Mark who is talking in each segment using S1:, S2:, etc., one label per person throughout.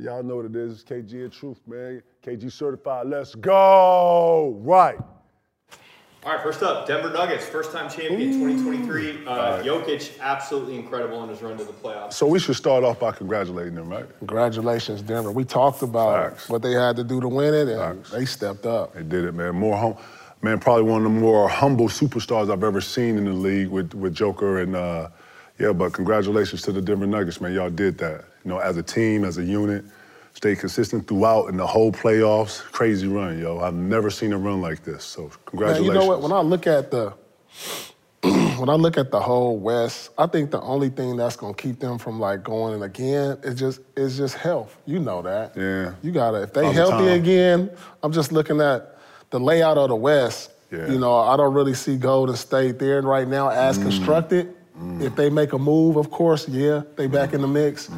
S1: Y'all know what it is. It's KG of Truth, man. KG certified. Let's go. Right.
S2: All right, first up, Denver Nuggets, first time champion 2023. Uh, Jokic, absolutely incredible in his run to the playoffs.
S1: So we should start off by congratulating them, right?
S3: Congratulations, Denver. We talked about
S1: Facts.
S3: what they had to do to win it, and
S1: Facts.
S3: they stepped up.
S1: They did it, man. More hum- man, probably one of the more humble superstars I've ever seen in the league with with Joker and uh, yeah. But congratulations to the Denver Nuggets, man. Y'all did that. You know, as a team, as a unit, stayed consistent throughout in the whole playoffs. Crazy run, yo. I've never seen a run like this. So
S3: Man,
S1: congratulations.
S3: you know what? When I look at the when I look at the whole West, I think the only thing that's gonna keep them from like going in again is just is just health. You know that.
S1: Yeah.
S3: You gotta if they
S1: All the
S3: healthy
S1: time.
S3: again, I'm just looking at the layout of the West.
S1: Yeah.
S3: You know, Uh, I don't really see Golden State there right now
S1: Mm.
S3: as constructed. If they make a move, of course, yeah,
S1: Mm.
S3: they back in the mix.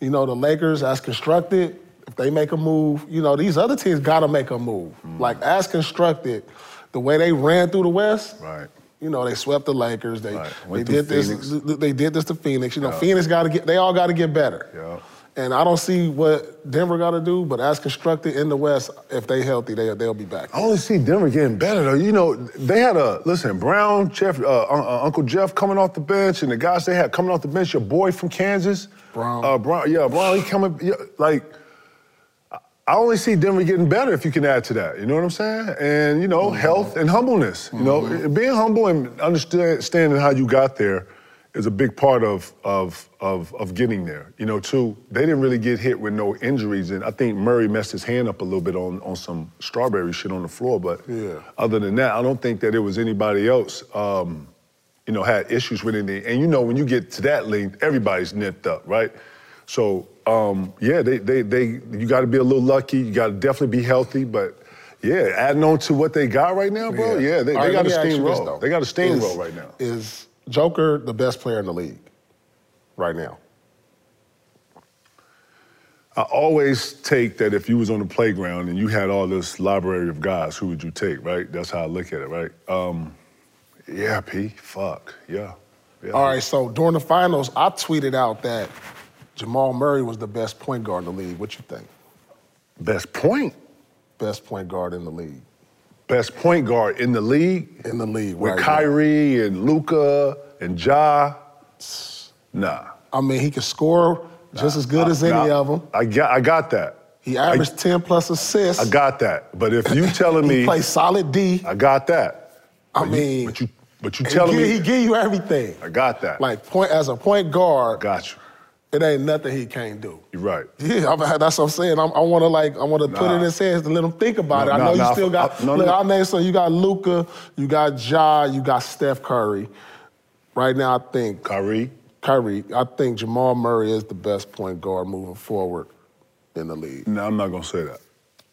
S3: You know, the Lakers as constructed, if they make a move, you know, these other teams gotta make a move.
S1: Mm.
S3: Like as constructed, the way they ran through the West,
S1: right.
S3: you know, they swept the Lakers. They
S1: Right.
S3: they
S1: Went through
S3: did this.
S1: Phoenix.
S3: They did this to Phoenix. You know, Phoenix got to get. They all got to get better.
S1: Yeah.
S3: And I don't see what Denver got to do, but as constructed in the West, if they healthy, they they'll be back.
S1: I only see Denver getting better though. You know, they had a listen. Brown, Jeff, uh, Un- uh, Uncle Jeff coming off the bench, and the guys they had coming off the bench. Your boy from Kansas,
S3: Brown.
S1: Uh, Brown, yeah, Brown. He coming yeah, like. I- I only see Denver getting better if you can add to that. You know what I'm saying? And you know, health and humbleness. You know, being humble and understanding how you got there is a big part of of of of getting there. You know, too. They didn't really get hit with no injuries, and I think Murray messed his hand up a little bit on on some strawberry shit on the floor. But
S3: Yeah.
S1: other than that, I don't think that it was anybody else. Um, you know, had issues with anything. And you know, when you get to that length, everybody's nipped up, right? So, um, yeah, they, they, they, you got to be a little lucky. You got to definitely be healthy, but yeah, adding on to what they got right now, bro. Oh, Yeah, they,
S3: All right,
S1: got
S3: let
S1: a
S3: me ask you this,
S1: steamroll.
S3: though.
S1: They got a
S3: Is-
S1: steamroll right now.
S3: Is Joker the best player in the league right now?
S1: I always take that if you was on the playground and you had all this library of guys, who would you take, right? That's how I look at it, right? Um, yeah, P. Fuck. Yeah. yeah.
S3: All right. So during the finals, I tweeted out that Jamal Murray was the best point guard in the league. What you think?
S1: Best point.
S3: Best point guard in the league.
S1: Best point guard in the league.
S3: In the league.
S1: with
S3: right now.
S1: Kyrie and Luca and Ja. Nah.
S3: I mean, he could score just as good as any
S1: Nah,
S3: of them.
S1: I got, I got that.
S3: He averaged 10 plus assists.
S1: I got that. But if you telling
S3: he
S1: me,
S3: plays solid D. I
S1: I got that. But you-
S3: mean,
S1: but you, but you
S3: he
S1: telling
S3: give-
S1: me,
S3: he give you everything.
S1: I got that.
S3: Like point as a point guard,
S1: got you.
S3: it ain't nothing he can't do.
S1: You're right.
S3: Yeah, I'm, that's what I'm saying. I'm, I want to like, I want to put it in
S1: Nah.
S3: his hands to let him think about
S1: No,
S3: it. I
S1: no,
S3: know
S1: no,
S3: you still got.
S1: I- no,
S3: look,
S1: no.
S3: I'll name some. You got Luca, you got Ja, you got Steph Curry. Right now, I think
S1: Kyrie,
S3: Kyrie. I think Jamal Murray is the best point guard moving forward in the league.
S1: no, I'm not gonna say that.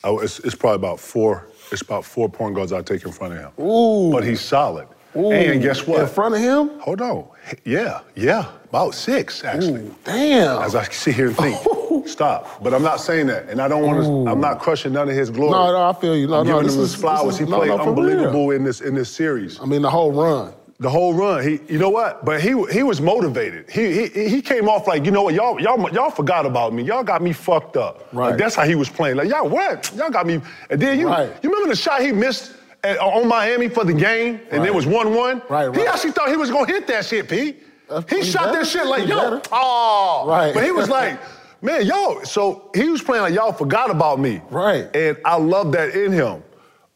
S1: I, it's, it's probably about four. It's about four point guards I take in front of him.
S3: Ooh.
S1: But he's solid.
S3: Ooh,
S1: and guess what?
S3: In front of him?
S1: Hold on. Yeah, yeah. About six actually.
S3: Ooh, damn.
S1: as I sit here and
S3: Oh.
S1: think. Stop. But I'm not saying that, and I don't want to. I'm not crushing none of his glory.
S3: No, no, I feel you. No,
S1: I'm
S3: no,
S1: giving
S3: this
S1: him
S3: is-
S1: his flowers.
S3: this is-
S1: he
S3: no,
S1: played
S3: no, for real. Um,
S1: unbelievable in this in this series.
S3: I mean, the whole run.
S1: The whole run. He, you know what? But he he was motivated. He he he came off like you know what? Y'all y'all y'all forgot about me. Y'all got me fucked up.
S3: Right.
S1: Like, that's how he was playing. Like y'all what? Y'all got me. And then you
S3: Right.
S1: you remember the shot he missed. At, uh, on Miami for the game, and
S3: Right.
S1: it was one-one.
S3: Right,
S1: He
S3: right.
S1: actually thought he was gonna hit that shit, P.
S3: That's-
S1: he
S3: he
S1: shot
S3: better.
S1: that shit like,
S3: He
S1: yo,
S3: better.
S1: oh.
S3: Right.
S1: But he was like, man, yo. So he was playing like y'all forgot about me.
S3: Right.
S1: And I love that in him.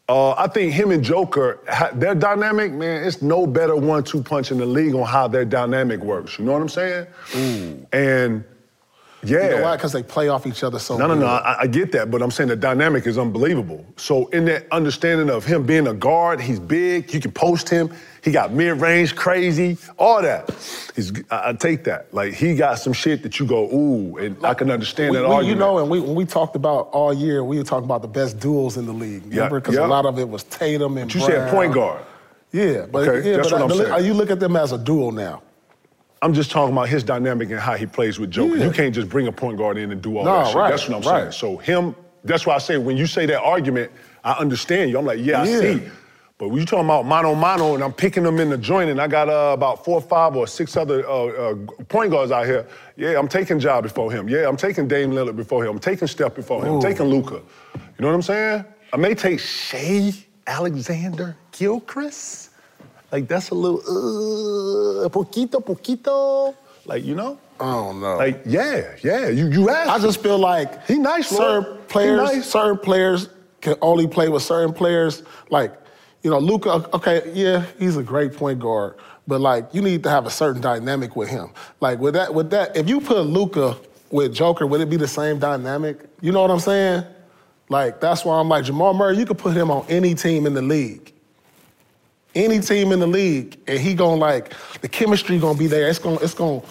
S1: Uh, I think him and Joker, ha- their dynamic, man, it's no better one-two punch in the league on how their dynamic works. You know what I'm saying? Ooh. And yeah.
S3: You know why? Because they play off each other so
S1: No, no,
S3: good.
S1: no. I, I get that, but I'm saying the dynamic is unbelievable. So in that understanding of him being a guard, he's big. You can post him. He got mid range, crazy, all that. He's. I, I take that. Like he got some shit that you go, ooh, and I can understand
S3: We-
S1: that
S3: we-
S1: argument.
S3: you know, and we, when we talked about all year, we were talking about the best duels in the league. Remember? Because
S1: yeah.
S3: a lot of it was Tatum and
S1: But you said
S3: Brown.
S1: point guard.
S3: Yeah, but,
S1: Okay,
S3: yeah,
S1: that's
S3: but
S1: what I'm
S3: I,
S1: saying.
S3: are you look at them as a duel now?
S1: I'm just talking about his dynamic and how he plays with Joker.
S3: Yeah.
S1: You can't just bring a point guard in and do all
S3: No,
S1: that shit.
S3: right,
S1: that's what I'm saying.
S3: right.
S1: So him, that's why I say when you say that argument, I understand you. I'm like, yeah, I
S3: Yeah.
S1: see. But when you talking about mano mano, and I'm picking them in the joint, and I got uh, about four or five or six other uh, uh, point guards out here. Yeah, I'm taking Job before him. Yeah, I'm taking Dame Lillard before him. I'm taking Steph before him. I'm taking Luca. You know what I'm saying? I may take Shea Alexander Gilchrist. Like that's a little uh, poquito, poquito. Like you know.
S3: I don't know.
S1: Like yeah, yeah. You you asked.
S3: I just feel like
S1: He nice, Lord.
S3: certain
S1: He
S3: players,
S1: nice.
S3: certain players can only play with certain players. Like, you know, Luca. Okay, yeah, he's a great point guard, but like, you need to have a certain dynamic with him. Like with that, with that, if you put Luca with Joker, would it be the same dynamic? You know what I'm saying? Like that's why I'm like Jamal Murray. You could put him on any team in the league. Any team in the league, and he gonna like the chemistry gonna be there. It's gonna it's gonna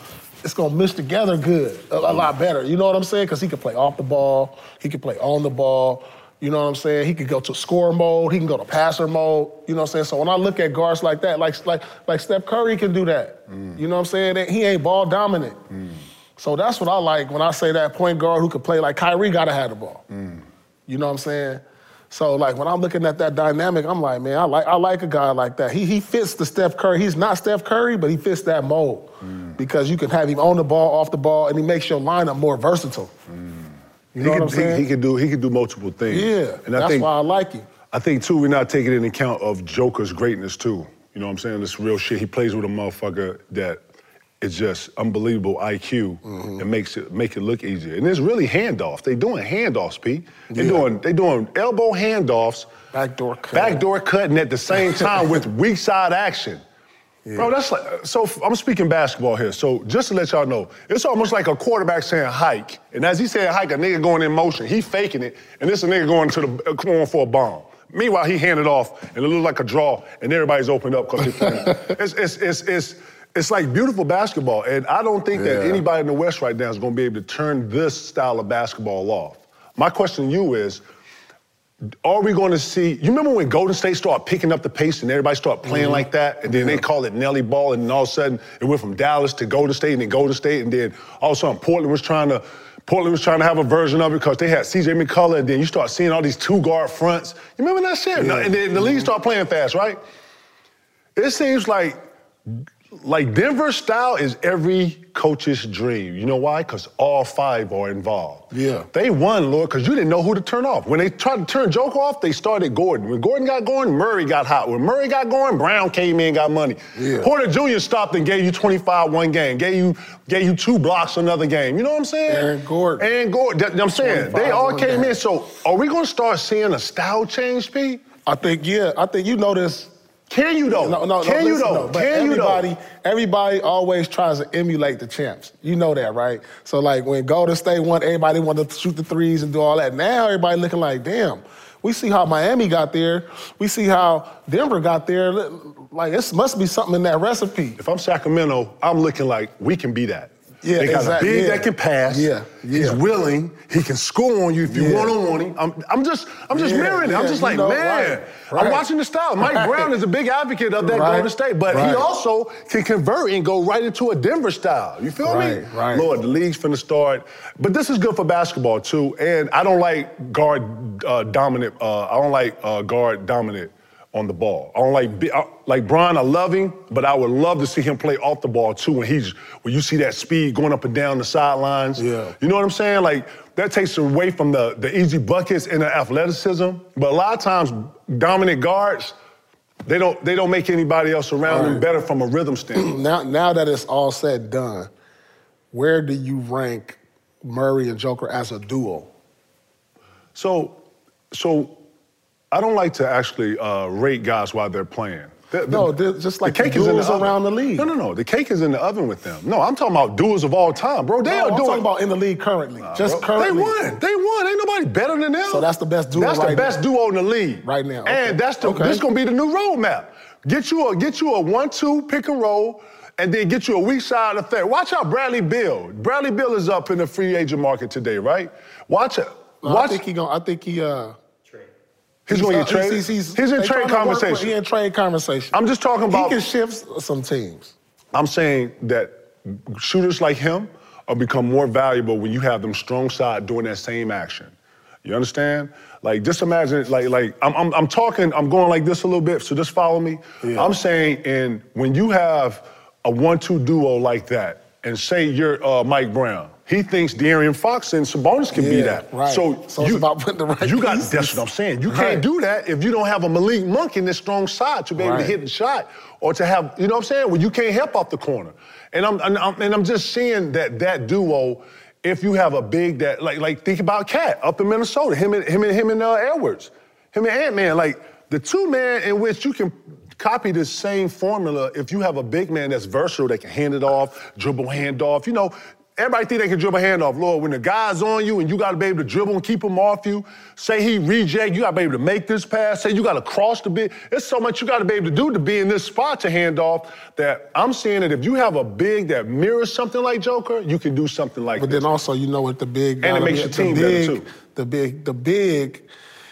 S3: it's gonna mesh together good, a, a lot better. You know what I'm saying? Because he can play off the ball, he can play on the ball. You know what I'm saying? He could go to score mode, he can go to passer mode. You know what I'm saying? So when I look at guards like that, like like like Steph Curry can do that. You know what I'm saying? And He ain't ball dominant. So that's what I like when I say that point guard who could play like Kyrie gotta have the ball. You know what I'm saying? So like when I'm looking at that dynamic, I'm like, man, I like I like a guy like that. He he fits the Steph Curry. He's not Steph Curry, but he fits that mold
S1: Mm.
S3: because you can have him on the ball, off the ball, and he makes your lineup more versatile.
S1: Mm.
S3: You know
S1: he
S3: what
S1: could,
S3: I'm saying?
S1: He, he could do he could do multiple things.
S3: yeah,
S1: and I
S3: that's
S1: think
S3: why I like him.
S1: I think too we're not taking into account of Joker's greatness too. You know what I'm saying? This real shit. He plays with a motherfucker that is just unbelievable IQ
S3: Mm-hmm.
S1: and makes it make it look easier. And it's really handoff. They doing handoffs, Pete. They
S3: Yeah.
S1: doing they doing elbow handoffs,
S3: Backdoor cut.
S1: backdoor cutting at the same time with weak side action. Bro, that's like uh, so. f- I'm speaking basketball here. So just to let y'all know, it's almost like a quarterback saying hike, and as he said hike, a nigga going in motion. He faking it, and this a nigga going to the uh, going for a bomb. Meanwhile, he handed off, and it looked like a draw, and everybody's opened up because they playing. it's, it's it's it's it's like beautiful basketball, and I don't think that
S3: Yeah.
S1: anybody in the West right now is going to be able to turn this style of basketball off. My question to you is are we going to see? You remember when Golden State started picking up the pace and everybody started playing like that, and then they call it Nelly Ball, and then all of a sudden it went from Dallas to Golden State, and then Golden State, and then all of a sudden Portland was trying to Portland was trying to have a version of it because they had C.J. McCullough, and then you start seeing all these two guard fronts. You remember that shit?
S3: Yeah.
S1: And then the league started playing fast, right? It seems like like Denver style is every coach's dream. You know why? Because all five are involved.
S3: Yeah.
S1: They won, Lord, because you didn't know who to turn off. When they tried to turn Joker off, they started Gordon. When Gordon got going, Murray got hot. When Murray got going, Brown came in, and got money.
S3: Yeah.
S1: Porter Jr. stopped and gave you 25 one game, gave you gave you two blocks another game. You know what I'm saying?
S3: Aaron Gordon.
S1: Aaron Gordon. That- I'm saying they
S3: 25
S1: all
S3: one
S1: came
S3: game.
S1: in. So are we gonna start seeing a style change, Pete?
S3: I think yeah, I think you know this.
S1: Can you though?
S3: No, no,
S1: Can
S3: no,
S1: you
S3: listen,
S1: though?
S3: no, but
S1: Can you
S3: everybody,
S1: though?
S3: Everybody always tries to emulate the champs. You know that, right? So like when Golden State won, everybody wanted to shoot the threes and do all that. Now everybody looking like, damn. We see how Miami got there. We see how Denver got there. Like this must be something in that recipe.
S1: If I'm Sacramento, I'm looking like we can be that.
S3: Yeah,
S1: they got
S3: exact-
S1: a big
S3: yeah.
S1: that can pass.
S3: Yeah,
S1: He's
S3: yeah.
S1: willing. He can score on you if you
S3: Yeah.
S1: want on him. I'm, I'm just, I'm just
S3: Yeah,
S1: mirroring it. I'm
S3: yeah,
S1: just
S3: you
S1: like,
S3: know,
S1: man,
S3: right,
S1: I'm
S3: right.
S1: watching the style. Mike
S3: Right.
S1: Brown is a big advocate of that
S3: Right,
S1: Golden State, but he
S3: right.
S1: also can convert and go right into a Denver style. You feel me?
S3: Right, right.
S1: Lord, the league's finna start. But this is good for basketball too. And I don't like guard uh, dominant. Uh, I don't like uh, guard dominant on the ball. I don't like bi- I, like Bron. I love him, but I would love to see him play off the ball too. When he's when you see that speed going up and down the sidelines.
S3: Yeah.
S1: You know what I'm saying? Like that takes away from the the easy buckets and the athleticism. But a lot of times, dominant guards. They don't. They don't make anybody else around them
S3: Right.
S1: better from a rhythm standpoint.
S3: Now, now that it's all said and done, where do you rank Murray and Joker as a duo?
S1: So, so I don't like to actually uh, rate guys while they're playing. The- the-
S3: No, they're just like duels
S1: oven.
S3: around the league.
S1: No, no, no. The cake is in the oven with them. No, I'm talking about duels of all time, bro. Oh, They
S3: No,
S1: are
S3: I'm
S1: doing.
S3: talking about in the league currently. just
S1: bro,
S3: currently.
S1: They won. They won. Ain't nobody better than them.
S3: So that's the best duo
S1: That's the
S3: right now.
S1: best duo in the league
S3: Right now, okay.
S1: And that's the.
S3: Okay.
S1: This gonna be the new roadmap. Get you a get you a one-two pick and roll. And then get you a weak side of third. Watch out, Bradley Bill. Bradley Bill is up in the free agent market today, right? Watch it.
S3: No, I
S1: Watch.
S3: think he going I think he uh
S2: Trade.
S1: He's going to get
S3: uh,
S1: traded.
S3: he's-
S1: He's,
S3: he's-
S1: in trade
S3: they trying to work with-
S1: conversation.
S3: He in trade conversation.
S1: I'm just talking about.
S3: He can shift s- some teams.
S1: I'm saying that shooters like him are become more valuable when you have them strong side doing that same action. You You understand? Like, just imagine, like, like I'm, I'm, I'm talking, I'm going like this a little bit, so just follow me.
S3: Yeah.
S1: I'm saying, and when you have a one-two duo like that, and say you're uh, Mike Brown, he thinks De'Aaron Fox and Sabonis can be
S3: Yeah,
S1: that.
S3: right.
S1: So,
S3: So it's
S1: you,
S3: about putting the right
S1: You got
S3: pieces.
S1: that's what I'm saying. You
S3: Right.
S1: can't do that if you don't have a Malik Monk in this strong side to be able to
S3: Right.
S1: hit the shot or to have, you know what I'm saying? Well, you can't help off the corner. And I'm and I'm, and I'm just seeing that that duo. If you have a big that like like think about Cat up in Minnesota, him and him and him and uh, Edwards, him and Ant Man, like the two man in which you can copy the same formula. If you have a big man that's versatile, that can hand it off, dribble hand off, you know. Everybody think they can dribble hand off. Lord, when the guy's on you and you gotta be able to dribble and keep him off you, say he reject, you gotta be able to make this pass, say you gotta cross the bit. There's so much you gotta be able to do to be in this spot to hand off that I'm seeing that if you have a big that mirrors something like Joker, you can do something like
S3: But
S1: this.
S3: then also, you know what the big
S1: And it
S3: gotta
S1: makes
S3: be-
S1: your
S3: the
S1: team better,
S3: big-
S1: too.
S3: The big, the big,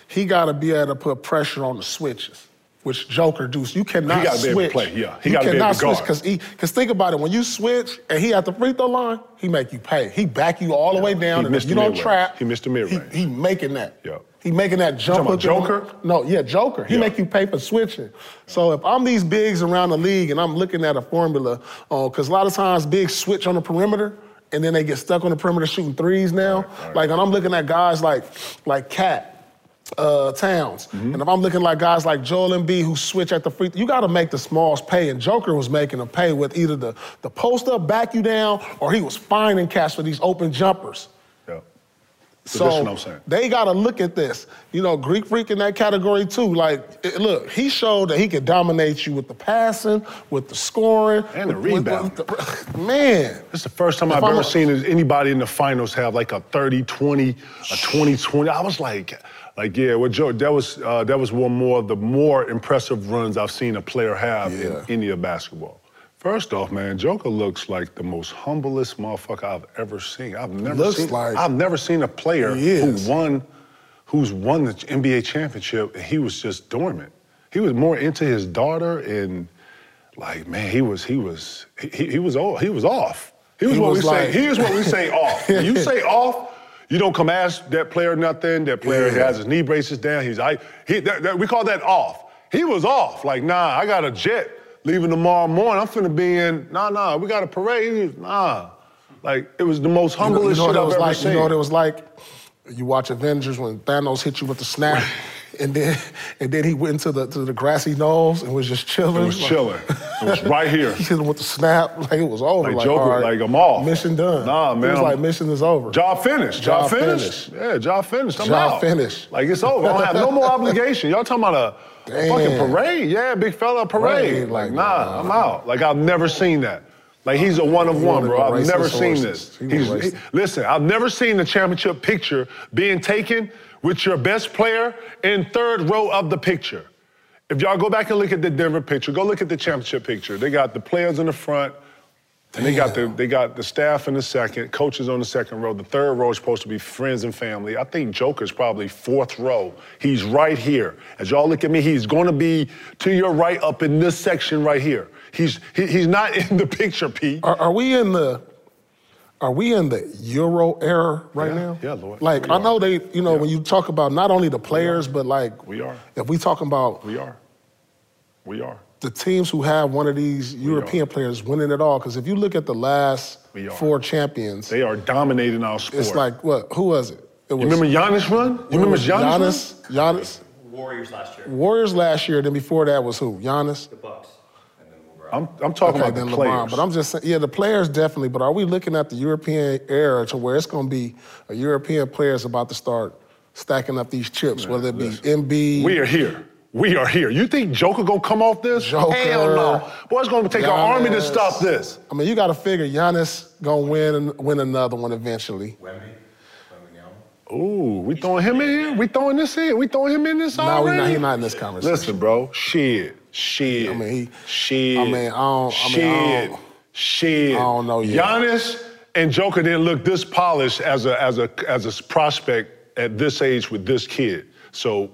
S3: he got to be able to put pressure on the switches, which Joker do. You cannot
S1: He gotta be able
S3: switch.
S1: to play, yeah. He
S3: you
S1: gotta be able
S3: cannot
S1: to guard.
S3: switch because because think about it. When you switch and he at the free throw line, he make you pay. He back you all the way down,
S1: He
S3: and if
S1: missed
S3: you
S1: the
S3: don't
S1: mid-range.
S3: trap,
S1: He missed the mid-range.
S3: He, he making that.
S1: Yeah.
S3: He making that jump.
S1: talking about
S3: hook and-
S1: Joker?
S3: No, yeah, Joker. He
S1: Yeah.
S3: make you pay for switching. So if I'm these bigs around the league and I'm looking at a formula, because a lot of times bigs switch on the perimeter and then they get stuck on the perimeter shooting threes now.
S1: right.
S3: Like, and I'm looking at guys like like Cat. Uh, Towns.
S1: Mm-hmm.
S3: And if I'm looking like guys like Joel and B who switch at the free, you got to make the smalls pay. And Joker was making them pay with either the, the post up, back you down, or he was finding cash for these open jumpers.
S1: Yeah. So,
S3: So
S1: that's what I'm saying.
S3: they got to look at this. You know, Greek Freak in that category too. Like, it- look, he showed that he could dominate you with the passing, with the scoring,
S1: And the
S3: with- with-
S1: rebound.
S3: with the- man,
S1: This is the first time
S3: If
S1: I've
S3: I'm
S1: ever
S3: a-
S1: seen anybody in the finals have like a 30 20, a 20 20. I was like, like yeah, well, Joe, that was uh, that was one more of the more impressive runs I've seen a player have
S3: Yeah.
S1: in any of basketball. First off, man, Joker looks like the most humblest motherfucker I've ever seen. I've never
S3: Looks
S1: seen
S3: like-
S1: I've never seen a player
S3: He is.
S1: who won who's won the NBA championship and he was just dormant. He was more into his daughter and like man, he was he was he, he- he was off. He was off. He was
S3: He
S1: what
S3: was
S1: we say.
S3: like-
S1: Here's what we say off. When you say off, you don't come ask that player nothing. That player
S3: Yeah.
S1: has his knee braces down. He's I he that, that- we call that off. He was off. Like nah, I got a jet leaving tomorrow morning. I'm finna be in. Nah nah, we got a parade. He was, nah, like it was the most
S3: You know-
S1: humblest
S3: you
S1: shit
S3: know, what it
S1: I've
S3: was
S1: ever
S3: like,
S1: seen.
S3: You know what it was like? You watch Avengers when Thanos hit you with the snap, and then and then he went into the to the grassy knolls and was just chilling.
S1: It was
S3: Like,
S1: chilling. It was right here.
S3: He hit him with the snap, like it was over.
S1: Like, Joker,
S3: all
S1: like, I'm off.
S3: Mission done.
S1: Nah,
S3: It
S1: man,
S3: was
S1: I'm-
S3: like mission is over.
S1: Job finished. Job,
S3: Job
S1: finished. Yeah, job finished. I'm
S3: Job
S1: out.
S3: finished.
S1: Like it's over. I don't have no more obligation. Y'all talking about a, a fucking
S3: Damn.
S1: parade? Yeah, big fella, a parade.
S3: Parade,
S1: Like
S3: like,
S1: nah, I'm out. Like I've never seen that. Like he's a one of
S3: He
S1: one,
S3: wanted
S1: bro.
S3: the
S1: I've
S3: racist
S1: never seen
S3: horses.
S1: this.
S3: He was
S1: He's,
S3: racist.
S1: he- listen, I've never seen the championship picture being taken with your best player in third row of the picture. If y'all go back and look at the Denver picture, go look at the championship picture. They got the players in the front. And they got the they got the staff in the second, coaches on the second row. The third row is supposed to be friends and family. I think Joker's probably fourth row. He's right here. As y'all look at me, he's going to be to your right up in this section right here. He's he, he's not in the picture, Pete.
S3: Are, are we in the are we in the Euro era right
S1: Yeah,
S3: now?
S1: yeah, Lord.
S3: Like
S1: We
S3: I
S1: are.
S3: know they, you know,
S1: Yeah.
S3: when you talk about not only the players, but like
S1: We are.
S3: If we talking about
S1: We are. We are.
S3: the teams who have one of these European players winning it all, because if you look at the last
S1: We are.
S3: four champions,
S1: They are dominating our sport.
S3: it's like what? Who was it? It was
S1: you remember Giannis run? You remember Giannis? run?
S3: Giannis. Giannis.
S2: Warriors last year.
S3: Warriors last year. Then before that was who? Giannis.
S2: The Bucks. And then LeBron.
S1: I'm I'm talking
S3: Okay,
S1: about
S3: then
S1: Oh the players.
S3: LeBron. But I'm just saying, yeah, the players definitely. But are we looking at the European era to where it's going to be a European players about to start stacking up these chips, whether it be MB?
S1: We are here. We are here. You think Joker gonna come off this?
S3: Joker,
S1: Hell no. Boy, it's gonna take an army to
S3: Giannis.
S1: stop this.
S3: I mean, you got to figure Giannis going to win and win another one eventually.
S2: Wemby. Wemby
S1: Ooh, we throwing him in here? We throwing this in? We throwing him in this
S3: No, we
S1: already?
S3: not, he not in this conversation.
S1: Listen, bro. Shit. Shit.
S3: I mean, he-
S1: Shit.
S3: I mean, I don't- I
S1: Shit.
S3: mean, I don't-
S1: Shit.
S3: I don't know yet.
S1: Giannis and Joker didn't look this polished as a as a as a prospect at this age with this kid. So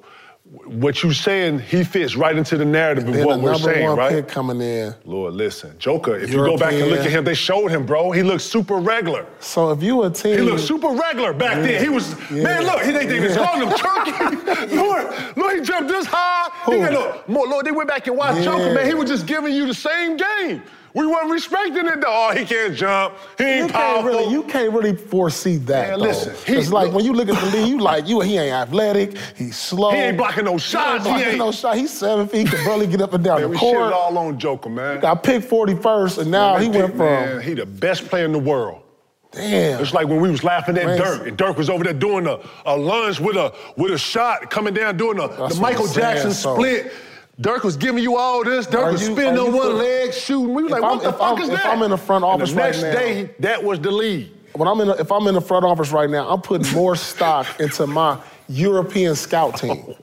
S1: what you saying, he fits right into the narrative of
S3: Then
S1: what
S3: the
S1: we're
S3: number
S1: saying,
S3: one
S1: right?
S3: pick coming in.
S1: Lord, listen, Joker. If you go back and look at
S3: European.
S1: him, they showed him, bro. He looked super regular.
S3: So if you a team,
S1: He looked super regular back then. He was man. Look, he they they was calling him Turkey. Lord, Lord, he jumped this high. He
S3: Who?
S1: got no, more, Lord, they went back and watched
S3: Yeah.
S1: Joker. Man, he was just giving you the same game. We weren't respecting it. though. Oh, he can't jump. He ain't
S3: you can't
S1: powerful.
S3: really, you can't really foresee that.
S1: Man,
S3: though.
S1: listen, he-
S3: it's like
S1: look-
S3: when you look at the league, you like you. He ain't athletic. He's slow.
S1: He ain't blocking no shots,
S3: He
S1: he
S3: ain't blocking
S1: ain't-
S3: no shot. He's seven feet. Can barely get up and down
S1: man,
S3: the
S1: we
S3: court.
S1: shitted all on Joker, man.
S3: Got picked 41st, and now
S1: Man,
S3: he
S1: that
S3: went
S1: dude,
S3: from
S1: man, he the best player in the world.
S3: damn.
S1: It's like when we was laughing at
S3: Crazy.
S1: Dirk, and Dirk was over there doing a, a lunge with a with a shot coming down, doing a,
S3: That's
S1: the
S3: what
S1: Michael
S3: I'm saying,
S1: Jackson
S3: so-
S1: split. Dirk was giving you all this. Dirk
S3: Are
S1: was
S3: you-
S1: spinning
S3: are
S1: on
S3: you
S1: one
S3: put-
S1: leg, shooting. We was
S3: If
S1: like, what
S3: I'm-
S1: the
S3: if
S1: fuck
S3: I'm-
S1: is
S3: if
S1: that?
S3: I'm in the front
S1: And
S3: office
S1: the
S3: right
S1: next
S3: now-
S1: day, that was the lead.
S3: when I'm in, a, if I'm in the front office right now, I'm putting more stock into my European scout team.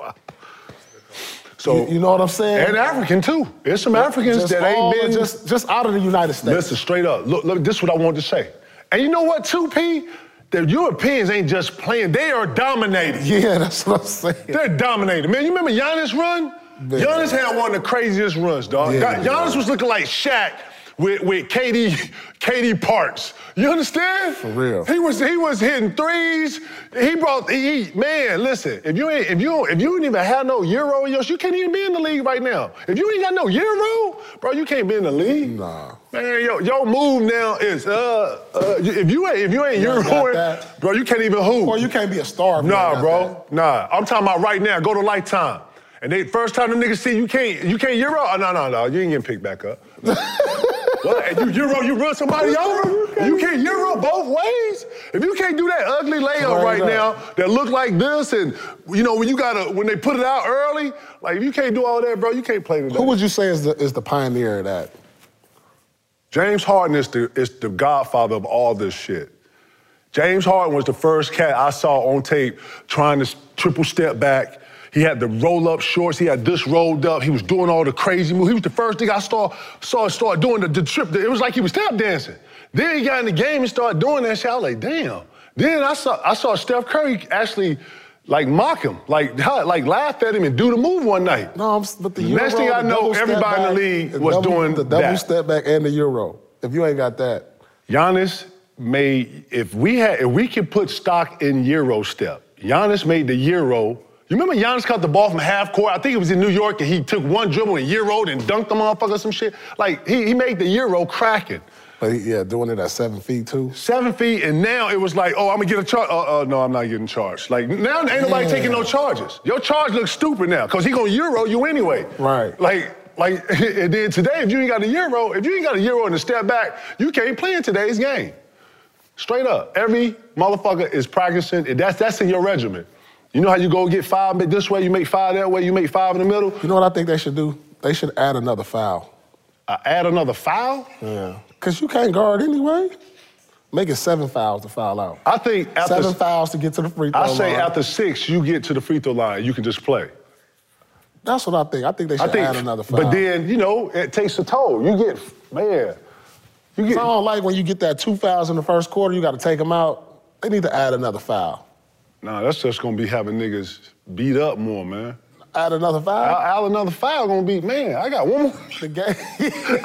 S1: So
S3: You, you know what I'm saying?
S1: and African too. There's some Africans
S3: Just
S1: that
S3: all-
S1: ain't been
S3: just just out of the United States.
S1: Listen, straight up. Look, look, this is what I wanted to say. And you know what, 2P? The Europeans ain't just playing, they are dominating.
S3: Yeah, that's what I'm saying.
S1: They're dominating. Man, you remember Giannis' run?
S3: Man.
S1: Giannis had one of the craziest runs, dog.
S3: Yeah,
S1: Gi-
S3: yeah.
S1: Giannis was looking like Shaq with, with Katie, Katie Parks. You understand? For
S3: real.
S1: He was he was hitting threes. He brought he, he- man, listen, if you ain't if you if you ain't even have no Euro in your you can't even be in the league right now. If you ain't got no Euro, bro, you can't be in the league.
S3: Nah.
S1: Man, yo, your move now is uh, uh if you ain't if you ain't
S3: You ain't got
S1: Euro,
S3: that.
S1: bro, you can't even hoop.
S3: Boy, you can't be a star. if you ain't
S1: Nah,
S3: got
S1: bro. Nah. I'm talking about right now. Go to Lifetime. And they first time them niggas see you can't you can't euro. Oh, no, no, no. You ain't getting picked back up. what? And you euro, you run somebody over? You can't euro both ways? If you can't do that ugly layup
S3: Right
S1: right,
S3: up.
S1: now that look like this, and you know, when you gotta when they put it out early, like if you can't do all that, bro, you can't play today.
S3: that. Who would you say is the is the pioneer of that?
S1: James Harden is the, is the godfather of all this shit. James Harden was the first cat I saw on tape trying to s- triple step back. He had the roll up shorts. He had this rolled up. He was doing all the crazy moves. He was the first thing I saw saw start doing the, the trip. It was like he was tap dancing. Then he got in the game and started doing that shit. I was like, damn. Then I saw I saw Steph Curry actually like mock him, like how- like laugh at him and do the move one night.
S3: No, I'm, s- but the
S1: The
S3: Euro.
S1: next thing I
S3: the
S1: know,
S3: double step
S1: everybody in the
S3: back,
S1: league was
S3: double-
S1: doing
S3: the double
S1: that.
S3: step back and the Euro. If you ain't got that,
S1: Giannis made if we had if we could put stock in Euro step. Giannis made the Euro. You remember Giannis caught the ball from half court? I think it was in New York, and he took one dribble and Euroed and dunked the motherfucker some shit. Like he, he made the Euro cracking.
S3: but he- yeah, doing it at seven feet too.
S1: Seven feet, and now it was like, oh, I'm gonna get a charge. Oh, oh, no, I'm not getting charged. Like now, ain't nobody
S3: Yeah.
S1: taking no charges. Your charge looks stupid now, cause he gonna Euro you anyway.
S3: Right.
S1: Like, like, and then today, if you ain't got a Euro, if you ain't got a Euro and a step back, you can't play in today's game. Straight up, every motherfucker is practicing, and that's that's in your regimen. You know how you go get five mi- this way, you make five that way, you make five in the middle.
S3: You know what I think they should do? They should add another foul.
S1: I add another foul.
S3: Yeah. Cause you can't guard anyway. Make it seven fouls to foul out.
S1: I think after
S3: seven fouls to get to the free throw
S1: I say
S3: line.
S1: after six, you get to the free throw line, you can just play.
S3: That's what I think. I think they
S1: I
S3: should
S1: think,
S3: add another foul.
S1: but then you know it takes a toll. You get man, you
S3: I
S1: get
S3: don't like when you get that two fouls in the first quarter. You got to take them out. They need to add another foul.
S1: nah. That's just gonna be having niggas beat up more, man.
S3: Add another
S1: Al,
S3: foul.
S1: Al another foul gonna be man. I got one more.
S3: The game. Man,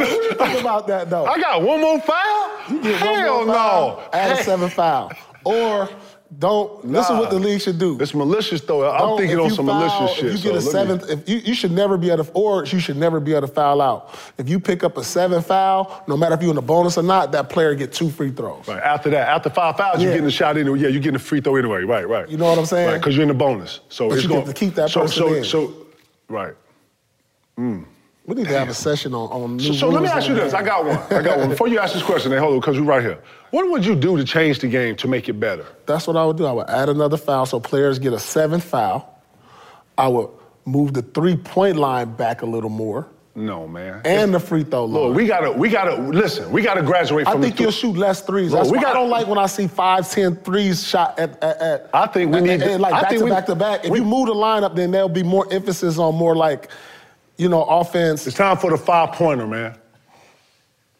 S3: what do you think about that though?
S1: I got one more foul.
S3: You get one
S1: Hell
S3: more foul,
S1: no.
S3: Add a
S1: Hey,
S3: seven foul, or don't. This is
S1: nah.
S3: what the league should do.
S1: It's malicious though. I'm
S3: Don't-
S1: thinking
S3: if
S1: on
S3: you
S1: some
S3: foul,
S1: malicious shit.
S3: If you get
S1: so
S3: a
S1: let me-
S3: seventh, if you, you should never be able to, or you should never be able to foul out. If you pick up a seven foul, no matter if you're in the bonus or not, that player get two free throws.
S1: Right, after that, after five fouls, you're
S3: Yeah.
S1: getting a shot anyway. Yeah, you're getting a free throw anyway. Right, right.
S3: You know what I'm saying?
S1: Right, because you're in the bonus. So
S3: But
S1: it's
S3: you
S1: going
S3: get to keep that
S1: so,
S3: person
S1: so,
S3: in.
S1: so, right.
S3: We need to have a session on on. New
S1: So, so let me
S3: rules
S1: ask you
S3: on
S1: this.
S3: that.
S1: I got one. I got one. Before you ask this question, hey, hold on, because we're right here. What would you do to change the game to make it better?
S3: That's what I would do. I would add another foul so players get a seventh foul. I would move the three point line back a little more
S1: No, man.
S3: and the free throw line.
S1: Look, we gotta, we gotta listen. We gotta graduate
S3: I
S1: from.
S3: think
S1: the
S3: you'll shoot less threes.
S1: Bro,
S3: That's
S1: we
S3: why I
S1: gotta-
S3: don't like when I see five, ten threes shot at. at, at
S1: I think we
S3: at-
S1: need
S3: at-
S1: to-
S3: like
S1: I
S3: back
S1: think
S3: to
S1: we-
S3: back to back. If
S1: we-
S3: you move the lineup, then there'll be more emphasis on more like, you know, offense.
S1: It's time for the five pointer, man.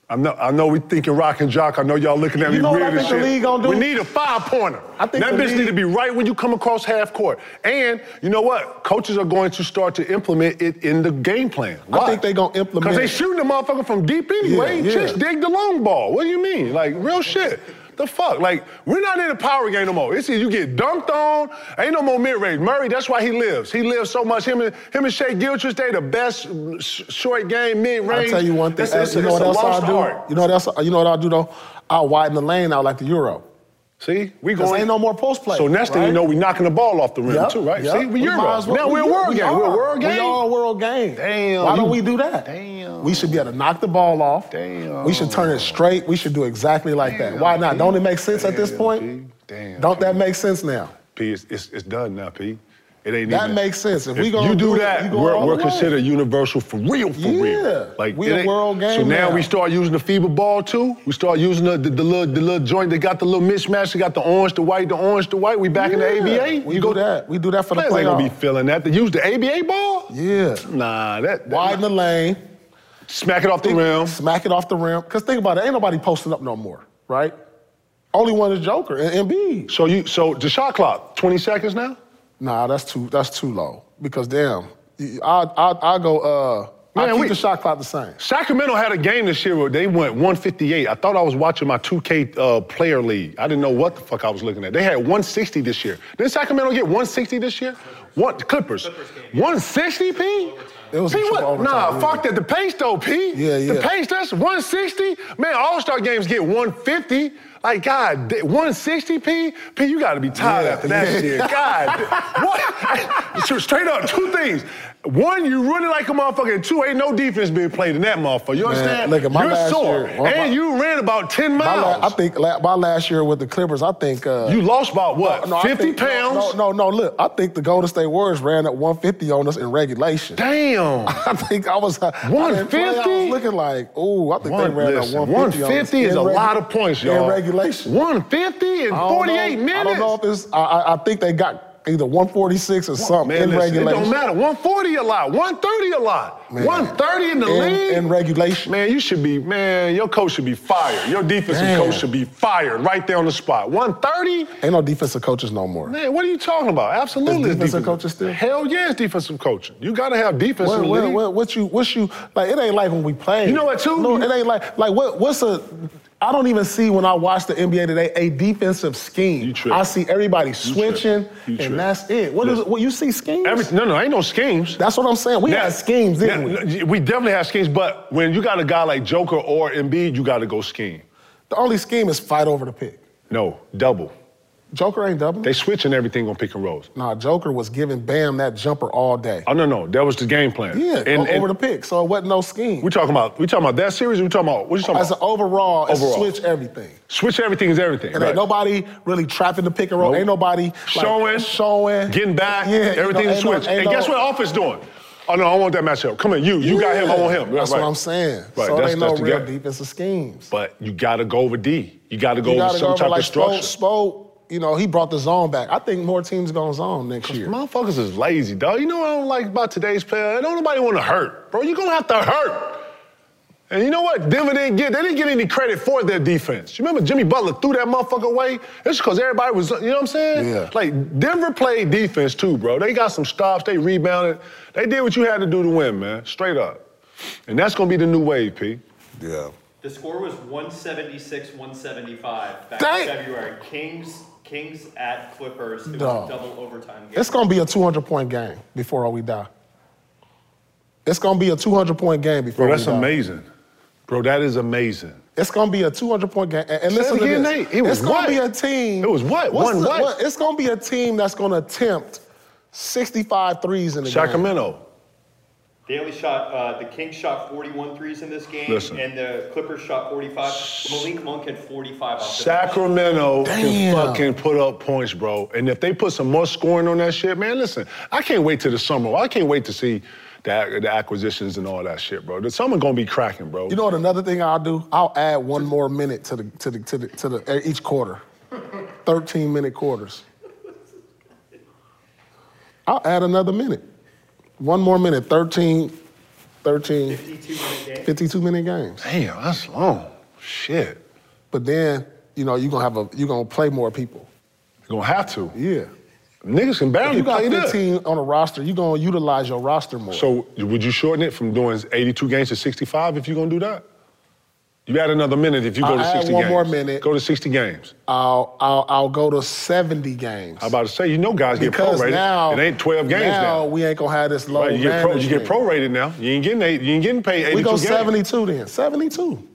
S1: I know, I know we thinking rock and jock. I know y'all looking at
S3: You
S1: me
S3: know what
S1: weird
S3: I
S1: and
S3: think the
S1: shit.
S3: league gonna do?
S1: We need a five pointer.
S3: I think
S1: that
S3: the
S1: bitch
S3: league-
S1: need to be right when you come across half court. And you know what? Coaches are going to start to implement it in the game plan. Why?
S3: think they gonna implement
S1: because they
S3: it.
S1: shooting the motherfucker from deep anyway.
S3: yeah.
S1: Just dig the long ball. What do you mean? Like real shit. The fuck? Like we're not in a power game no more. It's either you get dunked on. Ain't no more mid range. Murray, that's why he lives. He lives so much. Him and him and Shea Gilchrist, they the best sh- short game mid range.
S3: I tell you one thing. Uh,
S1: It's, it's,
S3: you know
S1: it's
S3: what
S1: a
S3: else
S1: lost
S3: I'll do?
S1: art.
S3: You know what else? You know what I'll do though? I'll widen the lane out like the Euro.
S1: See, we
S3: Cause
S1: going.
S3: ain't no more post play.
S1: so next
S3: right?
S1: thing you know, we knocking the ball off the rim
S3: Yep,
S1: too, right?
S3: yep.
S1: See, we,
S3: We
S1: Euro.
S3: might as well-
S1: now we're a
S3: we-
S1: world
S3: we
S1: game. We're a
S3: are.
S1: world game.
S3: We are a world game.
S1: Damn,
S3: Why don't
S1: you-
S3: we do that?
S1: Damn.
S3: We should be able to knock the ball off.
S1: Damn.
S3: We should turn it straight. We should do exactly like that. Why not? Don't it make sense at this
S1: Damn,
S3: point?
S1: G. Damn,
S3: Don't that
S1: G.
S3: make sense now?
S1: P, it's, it's, it's done now, P. It ain't
S3: That
S1: even.
S3: makes sense. If
S1: If
S3: we gonna
S1: you do,
S3: do it,
S1: that,
S3: you go
S1: we're,
S3: all
S1: we're
S3: the way.
S1: considered universal for real, for
S3: Yeah.
S1: real.
S3: We a
S1: it ain't-
S3: world game
S1: So now,
S3: now.
S1: we start using the FIBA ball too. We start using the, the, the little the little joint that got the little mismatch. They got the orange, the white, the orange, the white. We back in the
S3: Yeah.
S1: ABA.
S3: We
S1: You
S3: do that. We do that for the
S1: Players ain't gonna be
S3: playoff.
S1: feeling that. They use the ABA ball.
S3: Yeah.
S1: Nah, that, that
S3: Widen the lane.
S1: smack it off the rim.
S3: Smack it off the rim. Cause think about it, ain't nobody posting up no more, right? Only one is Joker and Embiid.
S1: So you so the shot clock, 20 seconds now?
S3: Nah, that's too that's too low. Because damn, you- I I I go uh I
S1: Man,
S3: keep
S1: we-
S3: the shot clock the same.
S1: Sacramento had a game this year where they went 158. I thought I was watching my 2K uh, player league. I didn't know what the fuck I was looking at. They had 160 this year. Didn't Sacramento get 160 this year? What Clippers? 160 P?
S3: It was a
S1: P,
S3: triple
S1: what?
S3: overtime,
S1: Nah,
S3: yeah.
S1: fuck that. The pace though, P.
S3: Yeah, yeah.
S1: The pace that's 160. Man, All Star games get 150. Like God, da- 160 P. P, you got to be tired
S3: Yeah,
S1: after that
S3: yeah.
S1: shit. God, da- what? So Straight up, two things. One, you running like a motherfucker. And two, ain't no defense being played in that motherfucker. You
S3: Man,
S1: understand?
S3: look at my
S1: You're
S3: last
S1: sore,
S3: year- my-
S1: and you ran about 10
S3: My la-
S1: miles.
S3: I think la- my last year with the Clippers, I think uh,
S1: you lost about what?
S3: No, I
S1: 50
S3: think- no,
S1: pounds.
S3: No, no, no. Look, I think the Golden State Warriors ran up 150 on us in regulation.
S1: Damn.
S3: I think I was I didn't play, I
S1: 150?
S3: was looking like, ooh, I think
S1: One-
S3: they ran
S1: listen,
S3: up 150. on us
S1: 150 is
S3: in
S1: a
S3: regu-
S1: lot of points,
S3: in
S1: y'all.
S3: regulation.
S1: 150 in
S3: I don't know-
S1: 48 minutes.
S3: I don't know if it's. I, I, I think they got either 146 or something
S1: Man,
S3: in
S1: listen, it
S3: regulation.
S1: don't matter. 140 a lot. 130 a lot.
S3: Man.
S1: 130 in the
S3: in,
S1: league.
S3: in regulation.
S1: Man, you should be, man, your coach should be fired. Your defensive
S3: Damn.
S1: coach should be fired right there on the spot. 130?
S3: Ain't no defensive coaches no more.
S1: Man, what are you talking about? Absolutely.
S3: Is
S1: it's
S3: defensive coaches still?
S1: Hell yeah, it's defensive coaching. You gotta have defense in
S3: What,
S1: the
S3: what,
S1: league.
S3: what, what you what you like? It ain't like when we played.
S1: You know what, too?
S3: No, it ain't like like what what's a. I don't even see when I watch the NBA today a defensive scheme.
S1: You tripping.
S3: I see everybody switching,
S1: You
S3: and
S1: tripping.
S3: that's it. What is
S1: Listen.
S3: what you see schemes?
S1: Every- no, no, ain't no schemes.
S3: That's what I'm saying. We
S1: Now-
S3: had schemes, didn't
S1: now,
S3: we?
S1: no, We definitely have schemes, but when you got a guy like Joker or Embiid, you gotta go scheme.
S3: The only scheme is fight over the pick.
S1: No, double.
S3: Joker ain't double.
S1: They switching everything on pick and rolls.
S3: nah, Joker was giving Bam that jumper all day.
S1: Oh no, no, that was the game plan.
S3: yeah,
S1: and,
S3: o-
S1: and
S3: over the pick. So it wasn't no scheme.
S1: we talking about we talking about that series. Or we talking about what you talking
S3: As an
S1: about?
S3: overall, it's
S1: Overall.
S3: switch everything.
S1: Switch everything is everything.
S3: And
S1: right.
S3: ain't nobody really trapping the pick and roll.
S1: Nope.
S3: Ain't nobody like,
S1: showing,
S3: showing,
S1: getting back,
S3: Yeah, you
S1: everything
S3: know,
S1: is
S3: ain't no-
S1: switched.
S3: ain't
S1: and
S3: no-
S1: guess what offense doing? Oh no, I want that matchup. Come on, you, you got him, I want him.
S3: That's
S1: Right.
S3: what I'm saying.
S1: Right,
S3: So
S1: that's-
S3: there ain't no
S1: that's the
S3: real
S1: gap.
S3: defensive schemes.
S1: But you gotta go over D. You gotta go
S3: you
S1: over
S3: gotta
S1: some
S3: go
S1: type
S3: over like
S1: of structure.
S3: Spo, Spo, you know, he brought the zone back. I think more teams going zone next year.
S1: Motherfuckers is lazy, dog. You know what I don't like about today's player? Don't nobody want to hurt, bro. You gonna have to hurt. And you know what? Denver didn't get. They didn't get any credit for their defense. You remember Jimmy Butler threw that motherfucker away? It's because everybody was. You know what I'm saying?
S3: Yeah.
S1: Like Denver played defense too, bro. They got some stops. They rebounded. They did what you had to do to win, man. Straight up. And that's gonna be the new wave, P.
S3: Yeah.
S2: The score was 176, 175 back
S3: Dang.
S2: in February. Kings, Kings at Clippers. It was
S3: No.
S2: a double overtime game.
S3: It's gonna be a 200 point game before we die. It's gonna be a 200 point game before
S1: Bro, that's
S3: we die.
S1: amazing. Bro, that is amazing.
S3: It's gonna be a 200 point game. And, and
S1: Say it
S3: listen to
S1: again,
S3: this.
S1: Nate. It was
S3: it's gonna
S1: what?
S3: be a team.
S1: It was what?
S3: What's
S1: One
S3: the-
S1: what?
S3: It's gonna be a team that's gonna attempt 65 threes in the game.
S1: Sacramento.
S2: They only shot, uh, the Kings shot 41 threes in this game,
S1: Listen.
S2: and the Clippers shot 45. Malik Monk had 45 off the bench.
S1: Sacramento can
S3: Damn.
S1: fucking put up points, bro. And if they put some more scoring on that shit, man, listen, I can't wait to the summer. I can't wait to see the, the acquisitions and all that shit, bro. The summer gonna be cracking, bro.
S3: You know what? Another thing I'll do. I'll add one more minute to the to the to the to the each quarter. 13 minute quarters. I'll add another minute. One more minute. 13, 13,
S2: 52 minute game.
S3: 52 minute games.
S1: Damn, that's long. Shit.
S3: But then, you know, you're gonna have a you're gonna play more people.
S1: You're gonna have to.
S3: Yeah.
S1: Niggas can barely
S3: You got
S1: play this.
S3: 15 on a roster, you're gonna utilize your roster more.
S1: So would you shorten it from doing 82 games to 65 if you're gonna do that? You add another minute if you go
S3: I'll
S1: to
S3: add
S1: 60
S3: one
S1: games.
S3: more minute.
S1: Go to 60 games.
S3: I'll, I'll I'll go to 70 games.
S1: I'm about to say, you know guys get
S3: because
S1: prorated.
S3: now
S1: it ain't 12 games
S3: now,
S1: now.
S3: we ain't gonna have this low.
S1: Right, you, get pro, you get
S3: management.
S1: prorated now. You ain't getting eight, you ain't getting paid 82
S3: We go
S1: games.
S3: 72 then. 72.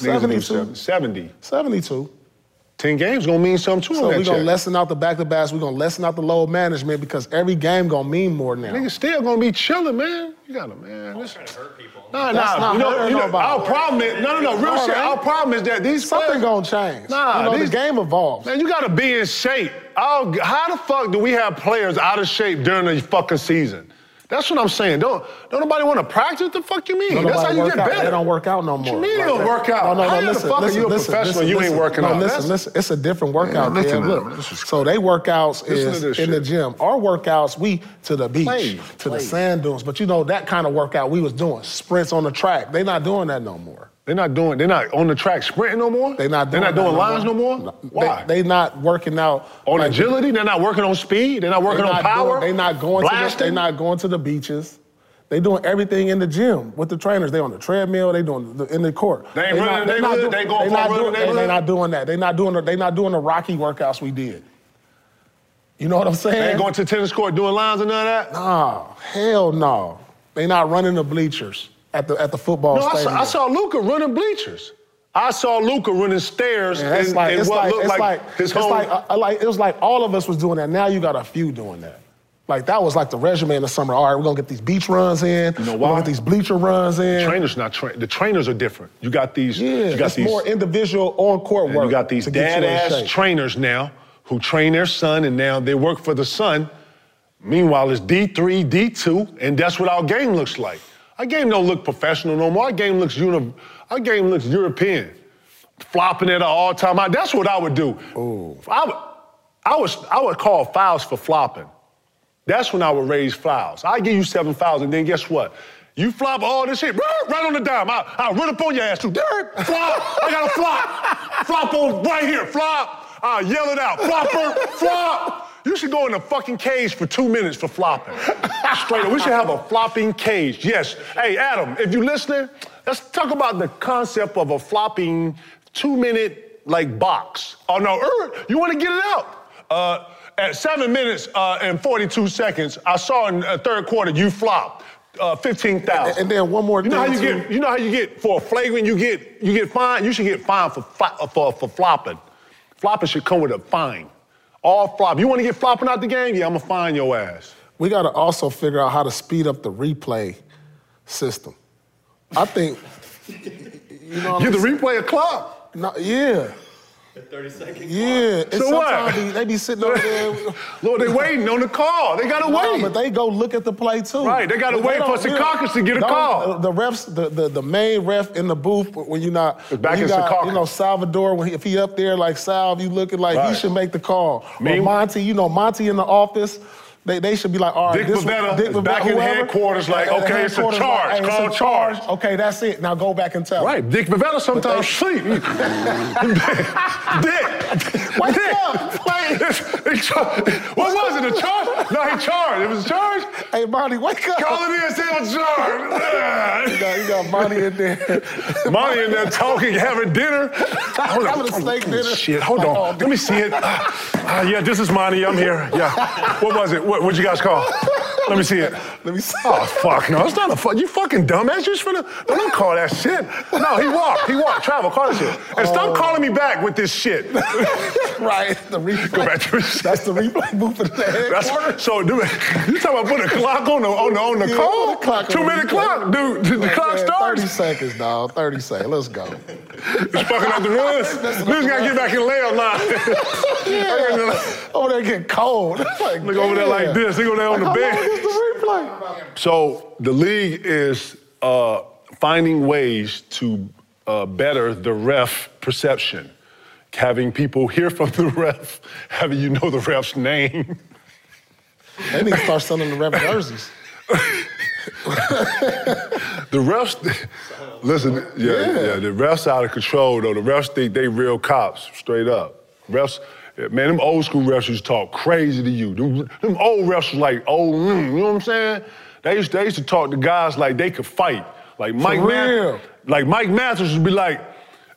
S1: Niggas will do
S3: 72.
S1: 70.
S3: 72.
S1: 10 games gonna mean something too
S3: So
S1: on that
S3: we're gonna
S1: check.
S3: lessen out the back to backs. We're gonna lessen out the low management because every game gonna mean more now.
S1: Niggas still gonna be chilling, man. You gotta, man. This,
S2: Trying to hurt people.
S1: nah, nah.
S3: That's not
S1: You know,
S3: hurting
S1: you know,
S3: nobody.
S1: our problem is, no, no, no, real
S3: All
S1: shit.
S3: right.
S1: Our problem is that these
S3: Something
S1: players,
S3: gonna change.
S1: Nah,
S3: you know,
S1: these-
S3: the game evolves.
S1: Man, you gotta be in shape. I'll, how the fuck do we have players out of shape during the fucking season? That's what I'm saying. Don't don't nobody want to practice? The fuck you mean?
S3: Don't
S1: That's how
S3: nobody
S1: you
S3: work
S1: get
S3: out.
S1: better.
S3: They don't work out no more.
S1: you mean they
S3: Like
S1: don't
S3: that.
S1: work out?
S3: No, no,
S1: How
S3: no.
S1: the
S3: Listen,
S1: fuck are
S3: listen,
S1: you a
S3: listen,
S1: professional?
S3: listen,
S1: You ain't
S3: listen.
S1: working
S3: no,
S1: out. That's-
S3: Listen, listen. It's a different workout.
S1: listen
S3: Kev.
S1: to
S3: Look,
S1: them. This is
S3: so they workouts
S1: Listen to
S3: is in
S1: this shit.
S3: the gym. Our workouts, we to the beach,
S1: Play,
S3: to
S1: play.
S3: the sand dunes. But you know that kind of workout we was doing sprints on the track. They not doing that no more.
S1: They're not doing. They're not on the track sprinting no more.
S3: They not.
S1: They're
S3: Doing
S1: not doing lines no more.
S3: No.
S1: Why?
S3: They, they not working out
S1: on
S3: like,
S1: agility. They're not working on speed. They're not
S3: They
S1: working on
S3: not
S1: power.
S3: Doing, they not going. To the,
S1: blasting.
S3: they not going to the beaches. They doing everything in the gym with the trainers. They on the treadmill. They doing the, in the court.
S1: They ain't running the
S3: not
S1: neighborhood?
S3: doing-
S1: They going for a
S3: not
S1: run in
S3: doing-
S1: the
S3: they- They
S1: neighborhood?
S3: not doing that. They not doing. The, they not doing the Rocky workouts we did. You know what I'm saying?
S1: They ain't going to tennis court doing lines and none of that.
S3: Nah, hell no. They not running the bleachers at the at the football
S1: No, I
S3: stadium.
S1: saw, I saw Luca running bleachers. I saw Luca running stairs
S3: Man, that's
S1: in,
S3: like,
S1: in
S3: it's
S1: what
S3: like,
S1: looked
S3: it's
S1: like,
S3: like,
S1: his
S3: it's
S1: home.
S3: like, uh, I- I like- it was like all of us was doing that. Now you got a few doing that. Like that was like the regimen in the summer. All right, we're gonna get these beach runs in.
S1: know
S3: we're
S1: why?
S3: gonna get these bleacher runs in.
S1: trainers not train. The trainers are different. You got these.
S3: yeah,
S1: you got
S3: it's
S1: these.
S3: more individual on court
S1: and
S3: work.
S1: you got these
S3: to get
S1: dad
S3: you in
S1: ass
S3: shape.
S1: trainers now who train their son, and now they work for the son. Meanwhile, it's D3, D2, and that's what our game looks like. Our game don't look professional no more. Our game looks uni- Our game looks European, flopping at an all-time high. That's what I would do. I would, I would, I would call fouls for flopping. That's when I would raise fouls. I give you seven fouls, and then guess what? You flop all this shit right right on the dime. I, I'll run up on your ass too. Derek, flop. I got to flop. flop on right here. Flop. I'll yell it out. Flopper, flop. You should go in the fucking cage for two minutes for flopping. Straight up. We should have a flopping cage. Yes. Hey, Adam, if you listening, let's talk about the concept of a flopping two-minute like box. Oh no, er, you want to get it out. Uh, at seven minutes uh, and 42 seconds, I saw in the third quarter you flopped uh, 15,000.
S3: And then one more
S1: You know how
S3: thing,
S1: you
S3: too.
S1: get you know how you get for a flagrant you get you get fined. You should get fined for fi- uh, for for flopping. Flopping should come with a fine. All flop. You want to get flopping out the game? Yeah, I'm gonna fine your ass.
S3: We gotta also figure out how to speed up the replay system. I think. you know. What
S1: Give
S3: I'm
S1: the replay a clock.
S3: saying? No, yeah.
S2: At 30 seconds.
S3: Yeah. And
S1: So what?
S3: sometimes They, they be sitting over there.
S1: Lord, they waiting on the call. They gotta
S3: No,
S1: wait.
S3: but they go look at the play too.
S1: Right, they gotta
S3: If
S1: wait for
S3: don't- yeah,
S1: Secaucus to get a
S3: don't-
S1: call.
S3: The, the refs, the, the the main ref in the booth when you're not
S1: It's back
S3: when you
S1: in
S3: got,
S1: Secaucus.
S3: you know, Salvador, when he, if he up there like Salve, you looking like
S1: Right.
S3: he should make the call.
S1: Mean-
S3: or Monty, you know, Monty in the office. They, they should be like, all right,
S1: Dick
S3: this
S1: Bavetta is back in
S3: whoever.
S1: headquarters like,
S3: At- at
S1: okay, it's a
S3: headquarters,
S1: charge.
S3: hey, it's
S1: Call
S3: a
S1: charge.
S3: Okay, that's it. Now go back and tell.
S1: Right, Dick Vivella
S3: But they-
S1: sometimes sleep. Dick,
S3: Wake
S1: Dick,
S3: up.
S1: Like, he char- what was it? A charge? No, he charged. It was a charge.
S3: Hey, Monty, wake up.
S1: Call it in, say I'm
S3: You
S1: charged.
S3: got, you got Monty in there.
S1: Monty in there talking, having dinner. Hold
S3: Having a steak dinner.
S1: Shit, hold on.
S3: Oh,
S1: Let me see it. Uh, uh, yeah, this is Monty. I'm here. Yeah. What was it? What, what'd you guys call? Let me see it.
S3: Let me see.
S1: Oh fuck no! It's not a fuck. You fucking dumbass. You just finna no, don't call that shit. No, he walked. He walked. Travel. Call that shit. And
S3: Oh.
S1: stop calling me back with this shit.
S3: right, the replay.
S1: Go back to his-
S3: That's the replay booth in the
S1: That's
S3: headquarters.
S1: so. Dude, you talking about put a clock on the on the on the
S3: Yeah,
S1: call?
S3: put a clock on
S1: Two
S3: the
S1: minute
S3: replay.
S1: clock, dude. The, the
S3: Like, uh,
S1: clock
S3: man,
S1: starts.
S3: 30 seconds, dog. 30 seconds. Let's go. Hey,
S1: It's fucking up the runs.
S3: That's
S1: Niggas
S3: what I'm
S1: gotta get back in the layup line.
S3: over there oh, getting cold. like,
S1: Look over there like
S3: damn.
S1: this. They go there on the
S3: How
S1: bench.
S3: long is the replay?
S1: So the league is uh, finding ways to uh, better the ref perception, having people hear from the ref, having you know the ref's name.
S3: They need to start selling the ref jerseys.
S1: The refs, listen, yeah, yeah, the refs out of control though. The refs think they real cops, straight up. Refs, man, them old school refs used to talk crazy to you. Them, them old refs was like, oh, mm, you know what I'm saying? They used, they used to talk to guys like they could fight. Like Mike,
S3: real.
S1: Math- like Mike Mathers would be like,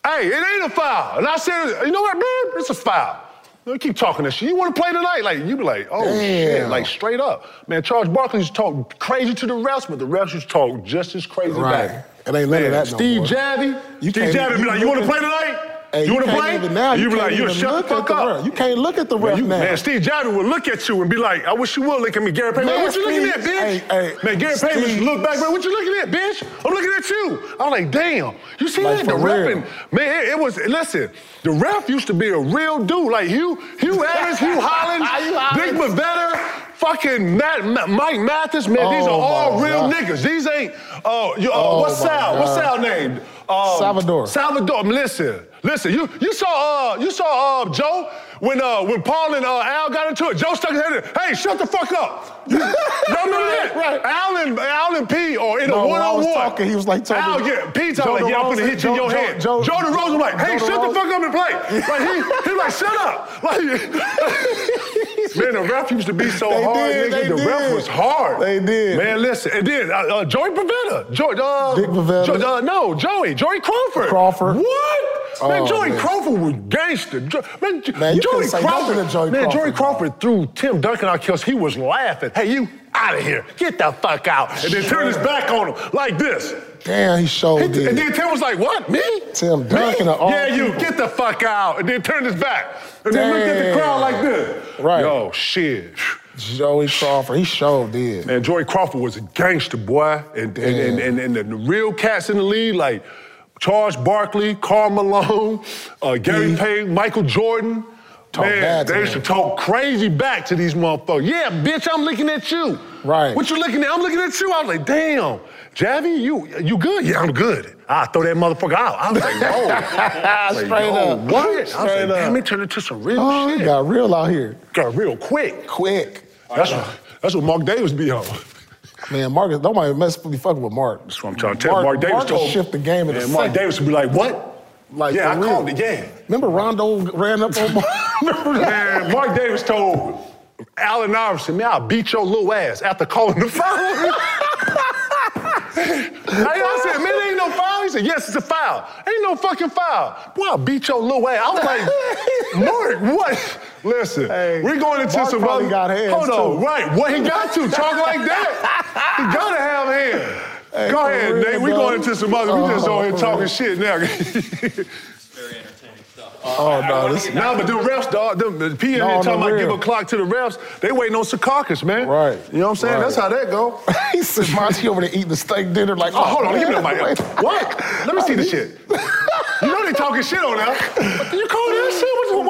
S1: hey, it ain't a foul. And I said, you know what, dude? It's a foul. They keep talking that shit. You want to play tonight? Like you be like, oh shit,
S3: Damn.
S1: like straight up, man. Charles Barkley used to talk crazy to the refs, but the refs used to talk just as crazy
S3: Right.
S1: back.
S3: It ain't none of
S1: Yeah,
S3: that no
S1: Steve
S3: more.
S1: Javi,
S3: You
S1: Steve
S3: can't
S1: Javi
S3: even-
S1: be like, you want to play tonight?
S3: Hey,
S1: you want to
S3: can't
S1: play?
S3: Even now,
S1: And you be
S3: can't
S1: like, you
S3: even
S1: shut the
S3: look at
S1: fuck up.
S3: ref. You can't look at the
S1: Man,
S3: ref
S1: you-
S3: now.
S1: man, Steve Javi would look at you and be like, I wish you would look at me, Gary Payton.
S3: Man,
S1: Man, what you looking at,
S3: Steve-
S1: bitch?
S3: hey, hey,
S1: man, Gary Payton used to
S3: Steve-
S1: look back, man, what you looking at, bitch? I'm looking at you. I'm like, damn, you see
S3: Like,
S1: that? The
S3: for real.
S1: repping. Man, it, it was, listen, the ref used to be a real dude. Like Hugh, Hugh Evans, Hugh
S3: Hugh
S1: Hollins, Big
S3: Hollins.
S1: Mavetta, fucking Matt, Ma- Mike Mathis, man, these are
S3: Oh,
S1: all
S3: my
S1: real
S3: God.
S1: niggas. These ain't, uh, you, uh,
S3: Oh,
S1: what's
S3: my
S1: Sal? What's Sal
S3: God.
S1: named? Um,
S3: Salvador.
S1: Salvador, listen, listen. You you saw uh you saw uh Joe when uh when Paul and uh, Al got into it. Joe stuck his head in. Hey, shut the fuck up. You- no, no,
S3: Right,
S1: no.
S3: right.
S1: Al and Al and P are in a
S3: No, when
S1: one
S3: I
S1: on
S3: was
S1: one.
S3: talking, he was like talking-
S1: Al, yeah, P
S3: Joe
S1: talking like, yeah, I'm gonna hit
S3: DeRozan-
S1: you in
S3: Joe-
S1: your
S3: Joe-
S1: head. Joe,
S3: Joe-
S1: DeRozan was like, hey,
S3: Joe
S1: shut the
S3: DeRozan-
S1: fuck up and play. Like he he like, shut up. Like man, the ref used to be so
S3: They
S1: hard. nigga.
S3: did, they
S1: the ref
S3: did.
S1: was hard.
S3: They did.
S1: Man, listen, and then uh, uh, Joey Pavetta, Joey, uh,
S3: Dick Pavetta.
S1: Jo- uh, no, Joey, Joey Crawford.
S3: Crawford.
S1: What? Man,
S3: Oh,
S1: Joey
S3: man.
S1: Crawford was gangster. Jo- man, Jo-
S3: Man, you
S1: Joey
S3: couldn't say
S1: Crawford.
S3: nothing to Joey
S1: man, Joey
S3: Crawford,
S1: Crawford threw Tim Duncan out kills. He was laughing. Hey, you out of here. Get the fuck out. And then turned his back on him like this.
S3: Damn, he showed
S1: And,
S3: it.
S1: and then Tim was like, what, me?
S3: Tim Duncan uh,
S1: Me?
S3: of all
S1: Yeah, you,
S3: people.
S1: get the fuck out. And then turned his back. And then looked at the crowd
S3: Damn.
S1: like this.
S3: Right.
S1: Yo, shit.
S3: Joey Crawford, he showed it.
S1: Man, Joey Crawford was a gangster, boy. And, and, and, and, and the real cats in the league, like Charles Barkley, Carl Malone, uh, Gary
S3: Mhm.
S1: Payne, Michael Jordan.
S3: Talk
S1: man,
S3: bad to
S1: they used to
S3: them.
S1: talk crazy back to these motherfuckers. Yeah, bitch, I'm looking at you.
S3: Right.
S1: What you looking at? I'm looking at you. I was like, damn, Javi, you you good? Yeah, I'm good. I throw that motherfucker out. I was like, whoa. I was like,
S3: Straight
S1: yo,
S3: up.
S1: What? I was like,
S3: Straight up.
S1: damn, it turned into some real
S3: Oh, it
S1: shit.
S3: got real out here.
S1: Got real quick.
S3: Quick.
S1: That's what, that's what Mark Davis be on.
S3: Man, Marcus, nobody mess be fucking with Mark.
S1: That's what I'm trying to tell you. Mark Davis
S3: Mark will
S1: told
S3: shift the game in
S1: Man,
S3: a
S1: Mark
S3: second.
S1: Davis would be like, "What?
S3: Like,
S1: yeah, I
S3: for real.
S1: called it. Yeah,
S3: Remember Rondo ran up on Mark? Remember that?
S1: man." Mark Davis told Allen Iverson, "Man, I'll beat your little ass after calling the foul." Hey, I said, man, it ain't no foul. He said, yes, it's a foul. Ain't no fucking foul. Boy, I'll beat your little ass. I was like, Mark, what? Listen,
S3: Hey,
S1: we're going into
S3: Mark
S1: some
S3: probably
S1: other.
S3: got hands,
S1: Hold on,
S3: too.
S1: right. What he got to, talk like that. He gotta have hands.
S3: Hey,
S1: Go
S3: for
S1: ahead,
S3: real,
S1: Nate. We
S3: bro.
S1: going into some other. We just
S3: Oh,
S1: on here
S3: for
S1: talking
S3: real.
S1: shit now.
S2: Very entertaining stuff. Uh,
S3: Oh, no, this-
S1: Nah, but them refs, dog, them, the P and
S3: No,
S1: them talking
S3: no,
S1: about
S3: real.
S1: give a clock to the refs, they waiting on Secaucus, man.
S3: Right,
S1: You know what I'm saying?
S3: right.
S1: That's how that go.
S3: he said, Monty over there eating the steak dinner like,
S1: Oh, hold on, give me the mic.
S3: man."
S1: What? Let me see the shit. you know they talking shit on that. You call that shit? What?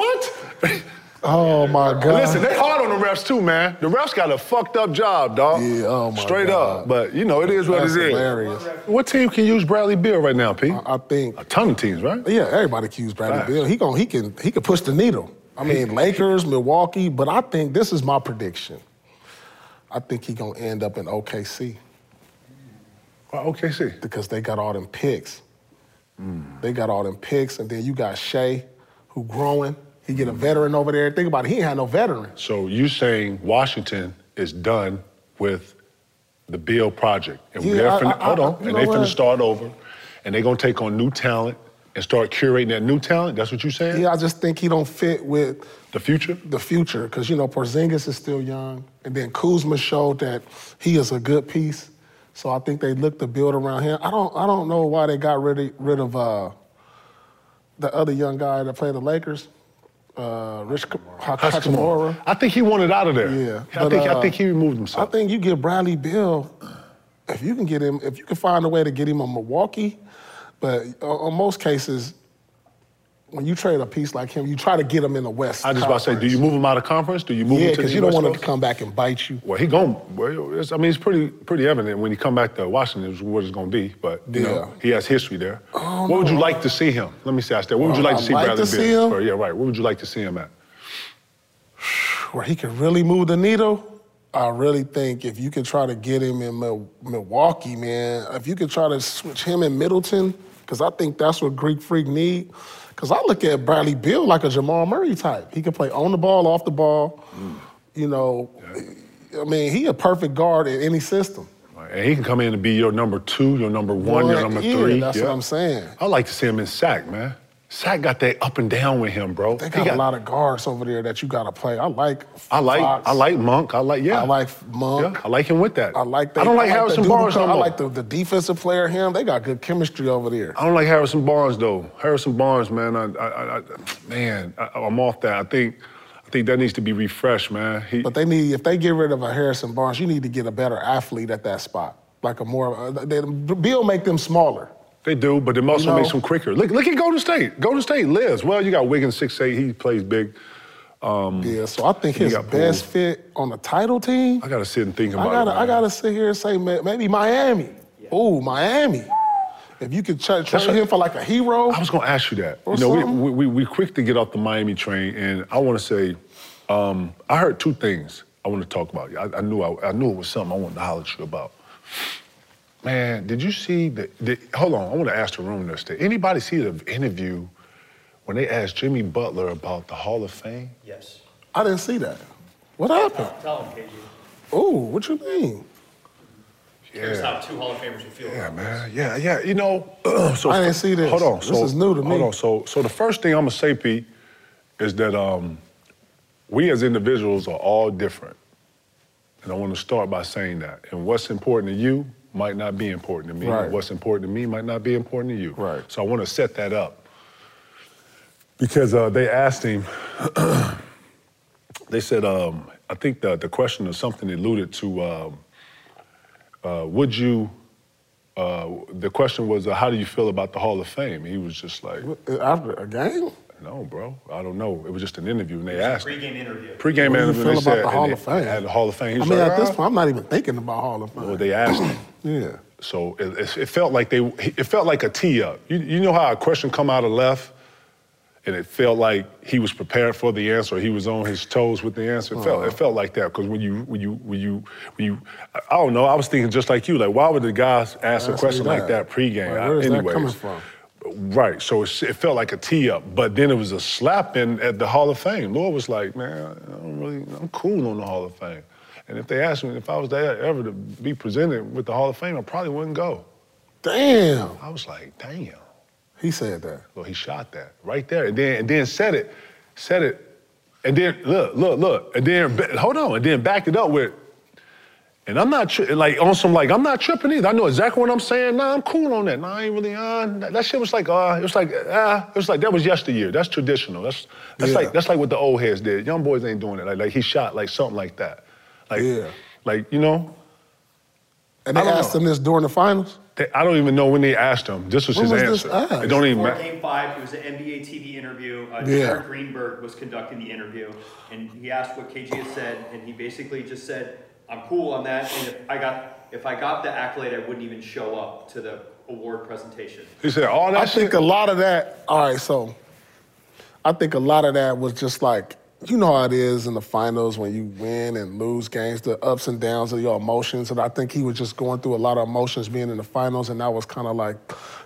S1: what?
S3: Oh, my God.
S1: Listen, they hard on the refs too, man. The refs got a fucked up job, dog.
S3: Yeah, oh my
S1: Straight
S3: God.
S1: up. But you know, it is what
S3: That's
S1: it is.
S3: hilarious. Uh,
S1: What team can use Bradley Beal right now, P?
S3: I think
S1: A ton of teams, right?
S3: Yeah, everybody accused Bradley
S1: Facts.
S3: Bill. He gon' he can he can push the needle. I mean, Lakers, Milwaukee, but I think this is my prediction. I think he gonna end up in OKC Uh,
S1: Well, OKC.
S3: because they got all them picks. They got all them picks, and then you got Shea, who growing. He get a veteran over there. Think about it. He ain't had no veterans.
S1: So you saying Washington is done with the Bill project, and
S3: Yeah,
S1: they're
S3: I-
S1: finna,
S3: I- I-
S1: hold on,
S3: you
S1: and
S3: know
S1: they finna
S3: what?
S1: start over, and they're gonna take on new talent and start curating that new talent. That's what you saying?
S3: Yeah, I just think he don't fit with
S1: The future.
S3: the future because you know Porzingis is still young, and then Kuzma showed that he is a good piece. So I think they look to build around him. I don't I don't know why they got rid of, rid of uh, the other young guy that played the Lakers, uh, Rich Hachimura.
S1: I think he wanted out of there.
S3: Yeah,
S1: I
S3: but,
S1: think I
S3: uh,
S1: think he removed
S3: I
S1: himself.
S3: think you get Bradley Bill if you can get him if you can find a way to get him on Milwaukee, but o- on most cases. When you trade a piece like him, you try to get him in the West.
S1: I, just about to say, do you move him out of conference? Do you move
S3: Yeah,
S1: him to the
S3: because you don't
S1: West
S3: want him to
S1: Coast?
S3: come back and bite you.
S1: Well, he gon' Well, it's, I mean, it's pretty pretty evident when he come back to Washington is what it's gonna be. But you know,
S3: Yeah.
S1: he has history there. what would you like to see him? Let me ask that. What would you like
S3: Well,
S1: to
S3: I'd
S1: see
S3: like
S1: Bradley
S3: to
S1: Beal?
S3: see him.
S1: Or, yeah, right. What would you like to see him at?
S3: where he can really move the needle, I really think if you could try to get him in Mil- Milwaukee, man, if you could try to switch him in Middleton, because I think that's what Greek Freak need. Because I look at Bradley Bill like a Jamal Murray type. He can play on the ball, off the ball. You know, I mean, he a perfect guard in any system.
S1: And he can come in and be your number two, your number one, your
S3: Well,
S1: number
S3: yeah,
S1: three.
S3: that's what I'm saying.
S1: I like to see him in sack, man. Sack got that up and down with him, bro.
S3: They
S1: He
S3: got,
S1: got-
S3: a lot of guards over there that you got to play. I like.
S1: I like
S3: Fox.
S1: I like Monk. I like yeah.
S3: I like Monk.
S1: Yeah, I like him with that.
S3: I like.
S1: I don't like,
S3: the
S1: Harrison
S3: dude who
S1: Barnes no
S3: come- I
S1: more.
S3: like the, the defensive player. Him. They got good chemistry over there.
S1: I don't like Harrison Barnes though. Harrison Barnes, man, I, I, I, I man, I, I'm off that. I think, I think that needs to be refreshed, man. He,
S3: But they need if they get rid of a Harrison Barnes, you need to get a better athlete at that spot. Like a more. Uh, they, Bill make them smaller.
S1: they do, but it also
S3: You know-
S1: makes them quicker. Look, look at Golden State. Golden State lives well. You got Wiggins, six eight. He plays big.
S3: yeah. So I think
S1: he
S3: his
S1: Mm. got
S3: best
S1: pulled.
S3: fit on the title team.
S1: I gotta sit and think
S3: I
S1: about
S3: gotta,
S1: it.
S3: I
S1: man.
S3: gotta sit here and say ma- maybe Miami. Ooh, Miami. If you could tra- trade
S1: what-
S3: him for like a hero.
S1: I was gonna ask you that.
S3: Or
S1: you know, we,
S3: something.
S1: we, we we quick to get off the Miami train, and I want to say, um, I heard two things I want to talk about. I, I knew I, I knew it was something I wanted to holler at you about. Man, did you see the? the hold on, I want to ask the room this. Did anybody see the interview when they asked Jimmy Butler about the Hall of Fame?
S4: Yes.
S3: I didn't see that. What happened?
S4: Tell him, KG.
S3: Ooh, what you mean?
S4: Here's how two Hall of Famers would feel.
S1: Yeah, man. Yeah, yeah. You know, so
S3: I didn't see this.
S1: Hold on.
S3: This
S1: so,
S3: is new to me.
S1: Hold on. So, so the first thing I'm gonna say, Pete, is that um, we as individuals are all different, and I want to start by saying that. And what's important to you might not be important to me.
S3: Right.
S1: What's important to me might not be important to you.
S3: Right.
S1: So I want to set that up because uh, they asked him. they said, um, I think the the question or something alluded to. Um, uh, would you? Uh, the question was, uh, how do you feel about the Hall of Fame? He was just like,
S3: After a game?
S1: no, bro, I don't know. It was just an interview, and they
S4: It's
S1: asked.
S4: a pregame interview.
S1: Pre-game
S3: What do you
S1: interview.
S3: feel
S1: they
S3: about
S1: said-
S3: the Hall
S1: and
S3: of
S1: they-
S3: Fame?
S1: and the Hall of Fame. He
S3: I
S1: was
S3: mean,
S1: like,
S3: at this
S1: "Ah."
S3: point, I'm not even thinking about Hall of Fame.
S1: Well, they asked him.
S3: yeah.
S1: So it, it- it felt like they. It felt like a tee up. You, you know how a question come out of left, and it felt like he was prepared for the answer. He was on his toes with the answer. It felt. It felt like that because when you when you when you when you, I I don't know. I was thinking just like you. Like why would the guys ask
S3: Ask
S1: a
S3: me
S1: question like
S3: that.
S1: that pregame?
S3: Like, where is that
S1: Anyways.
S3: coming from?
S1: Right, so it, it felt like a tee up, but then it was a slap in at the Hall of Fame. Lord was like, man, I don't really, I'm cool on the Hall of Fame. And if they asked me if I was there ever to be presented with the Hall of Fame, I probably wouldn't go.
S3: Damn.
S1: I was like, damn.
S3: He said that.
S1: Well, he shot that right there, and then and then said it, said it, and then look, look, look, and then ba- hold on, and then backed it up with. And I'm not tri- like on some like I'm not tripping either. I know exactly what I'm saying. Nah, I'm cool on that. Nah, I ain't really on that, that shit. Was like uh, it was like ah, it was like that was yesteryear. That's traditional. That's that's
S3: Yeah.
S1: like that's like what the old heads did. Young boys ain't doing it. Like like he shot like something like that. Like
S3: Yeah.
S1: like you know.
S3: And they
S1: I don't
S3: asked
S1: know.
S3: him this during the finals?
S1: They, I don't even know when they asked him. This was
S3: When
S1: his
S3: was this
S1: answer.
S3: asked?
S1: It don't even
S4: Before
S1: matter.
S4: game five, it was an NBA TV interview. Uh,
S3: Yeah.
S4: Jared Greenberg was conducting the interview, and he asked what KG had said, and he basically just said, "I'm cool on that, and if I got if I got the accolade, I wouldn't even show up to the award presentation."
S1: He said all that
S3: I
S1: shit.
S3: think a lot of that, all right, so I think a lot of that was just like, you know how it is in the finals when you win and lose games, the ups and downs of your emotions. And I think he was just going through a lot of emotions being in the finals, and that was kind of like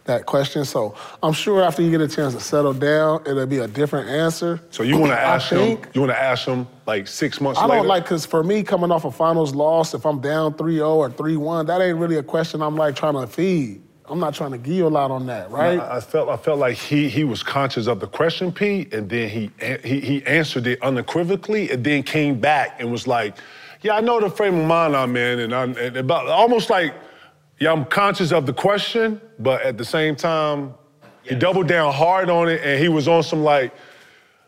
S3: that question. So I'm sure after you get a chance to settle down, it'll be a different answer.
S1: So you want
S3: I
S1: to ask him?
S3: think-
S1: You want to ask him like six months
S3: I
S1: later?
S3: don't like, because for me, coming off a finals loss, if I'm down 3 0 or 3 1, that ain't really a question I'm like trying to feed. I'm not trying to give you a lot on that, right?
S1: I, I felt I felt like he he was conscious of the question, Pete, and then he an- he he answered it unequivocally, and then came back and was like, "Yeah, I know the frame of mind I'm in, and I'm and about almost like, yeah, I'm conscious of the question, but at the same time, he
S4: Yeah.
S1: doubled down hard on it, and he was on some like."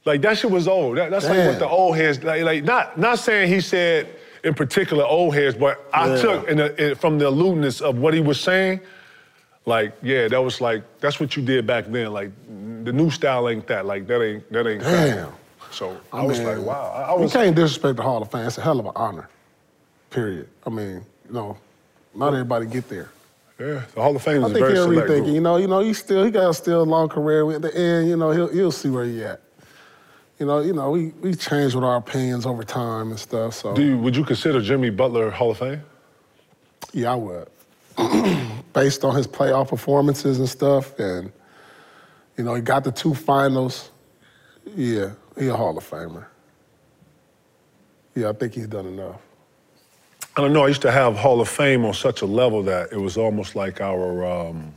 S1: Like that shit was old. That- that's like
S3: Damn.
S1: what the old heads like. like, not not saying he said in particular old heads, but I
S3: Yeah.
S1: took in the, in, from the aloofness of what he was saying. Like yeah, that was like that's what you did back then. Like the new style ain't that. Like that ain't that ain't.
S3: Damn. Oh,
S1: That. So I,
S3: I
S1: was
S3: mean,
S1: like wow. I, I was
S3: you can't disrespect the Hall of Fame. It's a hell of an honor. Period. I mean, you know, not everybody get there.
S1: yeah. The Hall of Fame
S3: I
S1: is a
S3: think
S1: very
S3: he'll
S1: select
S3: rethink
S1: group.
S3: it. You know, you know, he still he got still a long career. At the end, you know, he'll he'll see where he at. you know, you know, we we change with our opinions over time and stuff. So
S1: Do you, would you consider Jimmy Butler Hall of Fame?
S3: yeah, I would. Based on his playoff performances and stuff, and you know, he got the two finals. Yeah, he a Hall of Famer. Yeah, I think he's done enough.
S1: I don't know. I used to have Hall of Fame on such a level that it was almost like our um,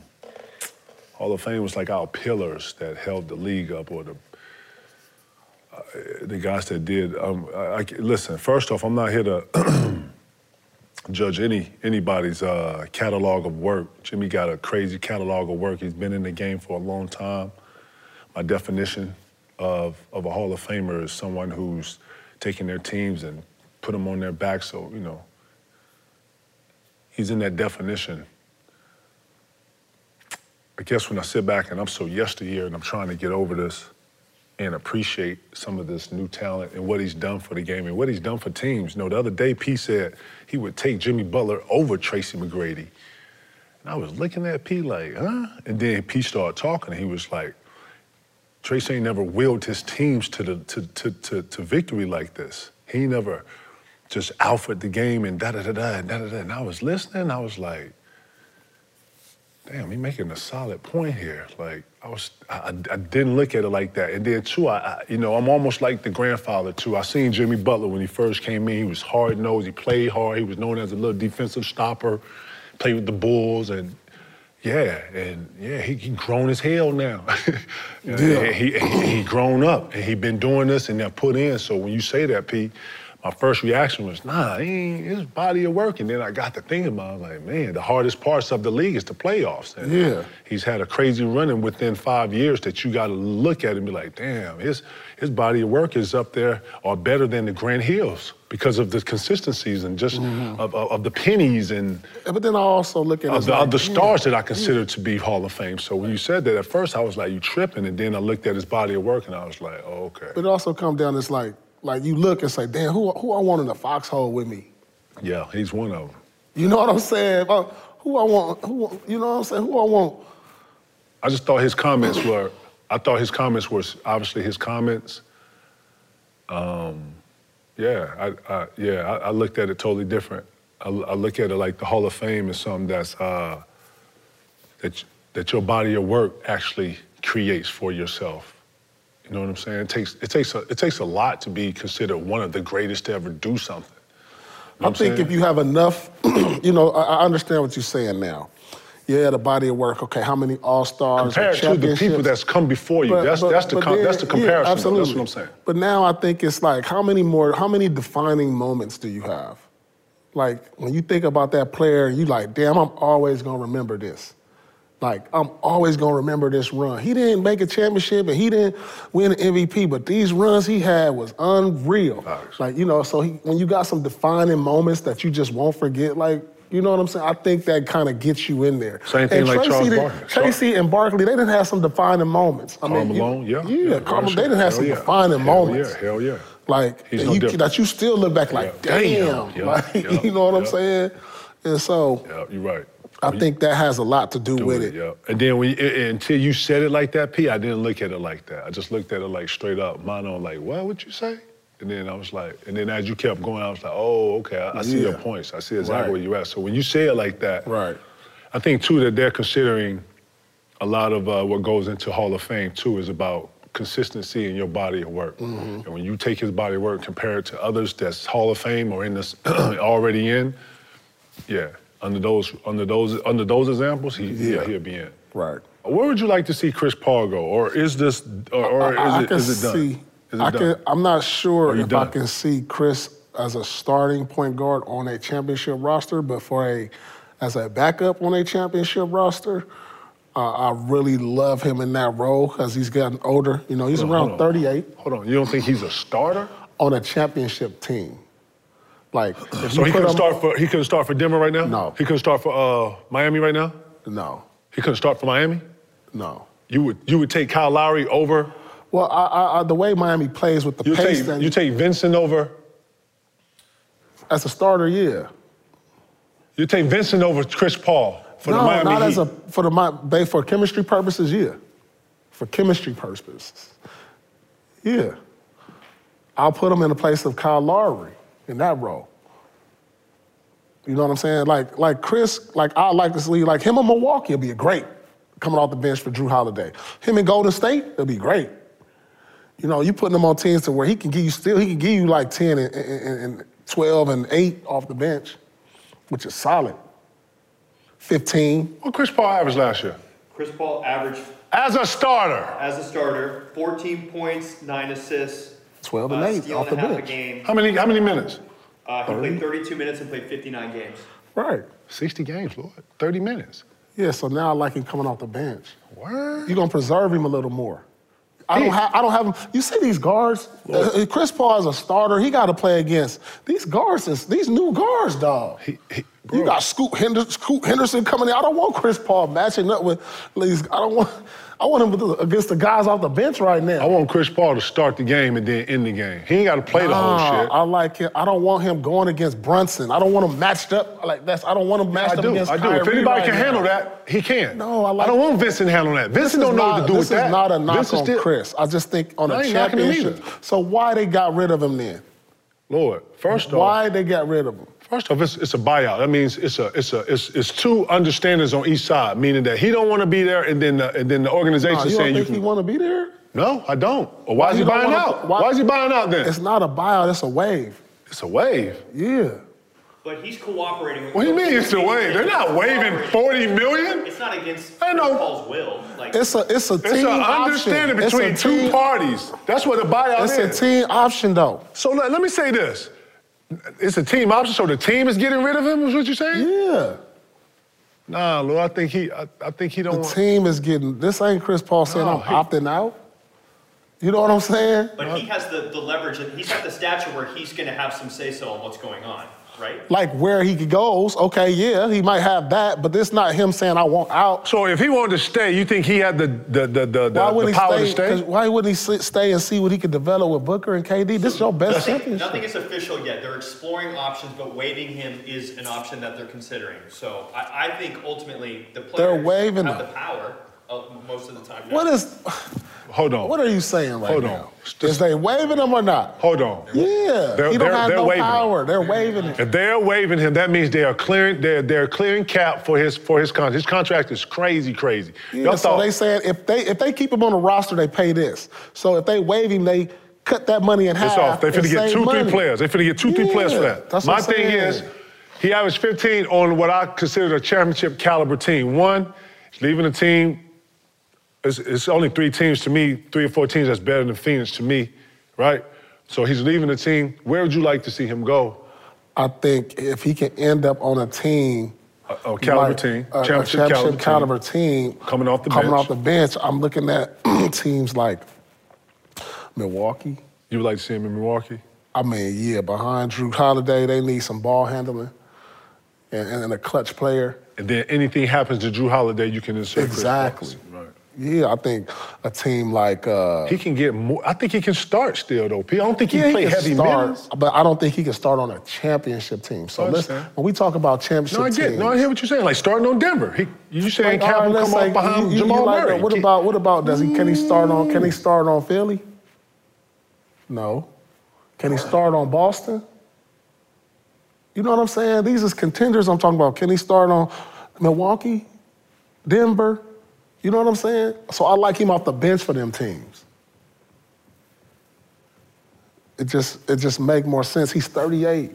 S1: Hall of Fame was like our pillars that held the league up, or the uh, the guys that did. Um, I, I- listen, first off, I'm not here to judge any anybody's uh, catalog of work. Jimmy got a crazy catalog of work. He's been in the game for a long time. My definition of of a Hall of Famer is someone who's taking their teams and put them on their back. So you know he's in that definition. I guess when I sit back and I'm so yesteryear and I'm trying to get over this and appreciate some of this new talent and what he's done for the game and what he's done for teams. You know, the other day P said he would take Jimmy Butler over Tracy McGrady. And I was looking at P like, huh? And then P started talking and he was like, Trace ain't never willed his teams to, the, to, to, to, to victory like this. He never just alphaed the game and da da da da da da da. And I was listening, I was like, damn, he making a solid point here. Like I was, I, I I didn't look at it like that. And then too, I, I, you know, I'm almost like the grandfather too. I seen Jimmy Butler when he first came in. He was hard nosed. He played hard. He was known as a little defensive stopper. Played with the Bulls and. Yeah, and yeah, he, he grown as hell now. yeah. he, he he grown up and he been doing this and that put in. So when you say that, Pete, my first reaction was, nah, he ain't, his body of work. And then I got to thinking about, it, I was like, man, the hardest parts of the league is the playoffs. And
S3: Yeah.
S1: he's had a crazy running within five years that you got to look at and be like, damn, his his body of work is up there or better than the Grand Hills because of the consistencies and just of, of, of the pennies and
S3: But then I also look at it
S1: of
S3: as
S1: the,
S3: like,
S1: of the
S3: yeah.
S1: stars that I consider to be Hall of Fame. So when you said that at first, I was like, you tripping. And then I looked at his body of work and I was like, oh, okay.
S3: But it also comes down. It's like like you look and say, damn, who who I want in the foxhole with me?
S1: yeah, he's one of them.
S3: You know what I'm saying? Uh, who I want? Who you know what I'm saying? Who I want?
S1: I just thought his comments were, I thought his comments were obviously his comments. Um, yeah, I, I, yeah, I, I looked at it totally different. I, I look at it like the Hall of Fame is something that's uh, that that your body of work actually creates for yourself. You know what I'm saying? It takes it takes a, it takes a lot to be considered one of the greatest to ever do something.
S3: I think if you have enough, you know, I, I understand what you're saying now. Yeah, the body of work. Okay, how many All Stars?
S1: compared to the people that's come before you, that's that's the com- that's the comparison. though. That's what I'm saying.
S3: But now I think it's like how many more, how many defining moments do you have? Like when you think about that player, you like, damn, I'm always gonna remember this. Like I'm always gonna remember this run. He didn't make a championship and he didn't win an MVP, but these runs he had was unreal.
S1: Facts.
S3: Like you know, so he, when you got some defining moments that you just won't forget, like. You know what I'm saying? I think that kind of gets you in there.
S1: Same thing
S3: And
S1: like
S3: Tracy
S1: Charles
S3: did-
S1: Barkley.
S3: Tracy and Barkley, they didn't have some defining moments. I
S1: Carl
S3: you-
S1: Malone, yeah,
S3: Yeah, Carl,
S1: for
S3: they didn't have
S1: sure.
S3: some
S1: Hell yeah.
S3: defining
S1: Hell
S3: moments.
S1: Yeah, hell yeah.
S3: Like
S1: He's
S3: that
S1: no
S3: you,
S1: different.
S3: that you still look back like,
S1: Yeah.
S3: damn.
S1: Damn. Yeah,
S3: Like,
S1: yeah,
S3: you know what I'm
S1: yeah.
S3: saying? And so
S1: Yeah, you're right.
S3: I think that has a lot to do,
S1: Do
S3: with it.
S1: yeah. And then when you, and- and until you said it like that, P, I didn't look at it like that. I just looked at it like straight up, mono, like, what would you say? And then I was like, and then as you kept going, I was like, oh, okay, I, I see your
S3: Yeah.
S1: points. I see exactly
S3: Right.
S1: where you're at. So when you say it like that,
S3: Right.
S1: I think too that they're considering a lot of uh, what goes into Hall of Fame too is about consistency in your body of work.
S3: Mm-hmm.
S1: And when you take his body of work, compare it to others that's Hall of Fame or in this already in, yeah, under those under those under those examples, he yeah,
S3: Yeah.
S1: he'll be in.
S3: Right.
S1: Where would you like to see Chris Paul go, or is this or, or is,
S3: I, I
S1: it,
S3: can
S1: is it done?
S3: see.
S1: Is it
S3: I
S1: done?
S3: can, I'm not sure
S1: Are you
S3: if I
S1: done?
S3: can see Chris as a starting point guard on a championship roster, but for a as a backup on a championship roster, uh, I really love him in that role because he's gotten older. You know, he's
S1: Hold on,
S3: around
S1: hold on.
S3: 38
S1: Hold on, you don't think he's a starter?
S3: on a championship team. Like, if
S1: So
S3: you
S1: he
S3: put
S1: couldn't
S3: him-
S1: start for he couldn't start for Denver right now.
S3: No.
S1: he couldn't start for uh, Miami right now.
S3: No,
S1: He couldn't start for Miami.
S3: no.
S1: You would you would take Kyle Lowry over.
S3: Well, I, I, I, the way Miami plays with the
S1: You
S3: pace,
S1: take
S3: and
S1: you take Vincent over.
S3: as a starter, yeah.
S1: You take Vincent over Chris Paul for
S3: no,
S1: the Miami
S3: not
S1: Heat.
S3: as a for the Mi- ba- for chemistry purposes, yeah. For chemistry purposes, yeah. I'll put him in the place of Kyle Lowry in that role. You know what I'm saying? Like, like Chris, like I like to see, like him in Milwaukee will be great coming off the bench for Drew Holiday. Him in Golden State, it'll be great. You know, you putting him on teams to where he can give you still, he can give you like 10 and, and, and 12 and 8 off the bench, which is solid. 15.
S1: What Chris Paul averaged last year?
S4: Chris Paul averaged
S1: As a starter,
S4: as a starter 14 points, nine assists,
S3: 12 and
S4: uh,
S3: eight
S4: steal
S3: off
S4: and a
S3: the
S4: half
S3: bench.
S4: a game.
S1: how many, how many minutes?
S4: Uh, he played 32 minutes and played 59 games.
S3: Right.
S1: 60 games, Lord. 30 minutes.
S3: Yeah, so now I like him coming off the bench.
S1: Word.
S3: You're gonna preserve him a little more. I
S1: He-
S3: don't, ha- I don't have him. You see these guards? Uh, Chris Paul is a starter. He got to play against these guards. Is, these new guards, dog.
S1: He- he- bro.
S3: you got Scoot Henderson, Scoot Henderson coming in. I don't want Chris Paul matching up with these. I don't want. I want him with the- against the guys off the bench right now.
S1: I want Chris Paul to start the game and then end the game. He ain't got to play the
S3: Nah,
S1: whole shit.
S3: Ah, I like him. I don't want him going against Brunson. I don't want him matched up like that's. I don't want him matched
S1: I
S3: up
S1: do.
S3: against
S1: I do.
S3: Kyrie
S1: If anybody
S3: right
S1: can
S3: now.
S1: handle that, he can.
S3: No, I like-
S1: I don't want Vincent handling that. Vincent
S3: This
S1: don't
S3: is
S1: know
S3: not-
S1: what to do with
S3: This
S1: that.
S3: is not a knock
S1: Vincent
S3: on
S1: still-
S3: Chris. I just think on
S1: I
S3: a
S1: ain't knocking him
S3: championship.
S1: either.
S3: So why they got rid of him then?
S1: Lord, first off,
S3: Why they got rid of him?
S1: First off, it's, it's a buyout. That means it's a it's a it's, it's two understandings on each side, meaning that he don't want to be there, and then the, and then the organization
S3: Nah, you don't
S1: saying you
S3: think
S1: can.
S3: he want to be there?
S1: no, I don't. Or why, is he
S3: you don't
S1: buying
S3: wanna-
S1: out? Why,
S3: why-
S1: is he buying out then?
S3: It's
S1: It's,
S3: not a buyout. It's a wave.
S1: a wave.
S3: Yeah.
S4: But he's cooperating with
S1: What do you mean it's a wave? They're not waving forty million.
S4: It's not against
S1: I
S4: Chris
S1: know.
S4: Paul's will. Like,
S3: It's a it's a team
S1: It's an
S3: option.
S1: understanding
S3: It's a
S1: between two
S3: team-
S1: parties. That's what a buyout
S3: It's a
S1: is.
S3: team option though.
S1: so let, let me say this: it's a team option. So the team is getting rid of him. Is what you're saying?
S3: Yeah.
S1: Nah, Lou. I think he I, I think he don't
S3: The
S1: want.
S3: team is getting this ain't Chris Paul saying
S1: No,
S3: I'm
S1: he-
S3: opting out. You know what I'm saying?
S4: but he has the, the leverage. and He's got the stature where he's going to have some say so on what's going on, right?
S3: Like where he goes, okay, yeah, he might have that, but it's not him saying I want out.
S1: So if he wanted to stay, you think he had the the the the,
S3: Why
S1: the,
S3: wouldn't
S1: power
S3: he
S1: to
S3: stay? 'Cause
S1: stay?
S3: Why wouldn't he sit, stay and see what he could develop with Booker and KD? This is your best
S4: Nothing,
S3: championship.
S4: nothing is official yet. They're exploring options, but waiving him is an option that they're considering. So I, I think ultimately the players
S3: waiving
S4: have
S3: him.
S4: the power of most of the time.
S3: What is?
S1: Hold on.
S3: What are you saying right
S1: Hold on.
S3: now? Is they waving him or not?
S1: Hold on.
S3: Yeah,
S1: They're-
S3: he
S1: they're-
S3: don't have
S1: they're
S3: no
S1: waving him.
S3: power. They're waving him.
S1: If they're waiving him, that means they are clearing they're they're clearing cap for his for his contract. His contract is crazy, crazy.
S3: Yeah,
S1: Y'all
S3: so
S1: thought-
S3: they saying if they if they keep him on the roster, they pay this. So if they waive him, they cut that money in half.
S1: It's off. They
S3: and
S1: finna get
S3: save
S1: two,
S3: money.
S1: three players. They finna get two, three
S3: Yeah,
S1: players for that.
S3: that's what
S1: My
S3: I'm
S1: thing
S3: saying.
S1: is, he averaged 15 on what I consider a championship caliber team. One, he's leaving the team. It's, it's only three teams to me, three or four teams that's better than Phoenix to me, right? So he's leaving the team. Where would you like to see him go?
S3: I think if he can end up on a team,
S1: A- a Oh, caliber team,
S3: a, a
S1: championship
S3: championship
S1: caliber team.
S3: caliber team,
S1: Coming off the
S3: coming
S1: bench.
S3: off the bench, I'm looking at teams like Milwaukee.
S1: You would like to see him in Milwaukee?
S3: I mean, yeah, behind Drew Holiday, they need some ball handling and, and, a clutch player.
S1: And then anything happens to Drew Holiday, you can insert Chris
S3: Exactly.
S1: Paul. Right.
S3: Yeah, I think a team like uh,
S1: He can get more. I think he can start still though. P. I don't think he
S3: yeah,
S1: play
S3: can
S1: heavy
S3: start,
S1: minutes.
S3: but I don't think he can start on a championship team. So
S1: I
S3: let's,
S1: understand.
S3: when we talk about championship
S1: No, I get.
S3: teams,
S1: No, I hear what you're saying. Like starting on Denver. He, you saying
S3: like, all
S1: Calvin
S3: right,
S1: oh, come
S3: let's
S1: off
S3: say
S1: behind
S3: you- you- you
S1: Jamal
S3: like that.
S1: Murray? Mm.
S3: What
S1: Can-
S3: about what about does he can he start on can he start on Philly? No. Can he start on Boston? You know what I'm saying? These is contenders I'm talking about. Can he start on Milwaukee, Denver? You know what I'm saying? So I like him off the bench for them teams. It just it just make more sense. He's 38.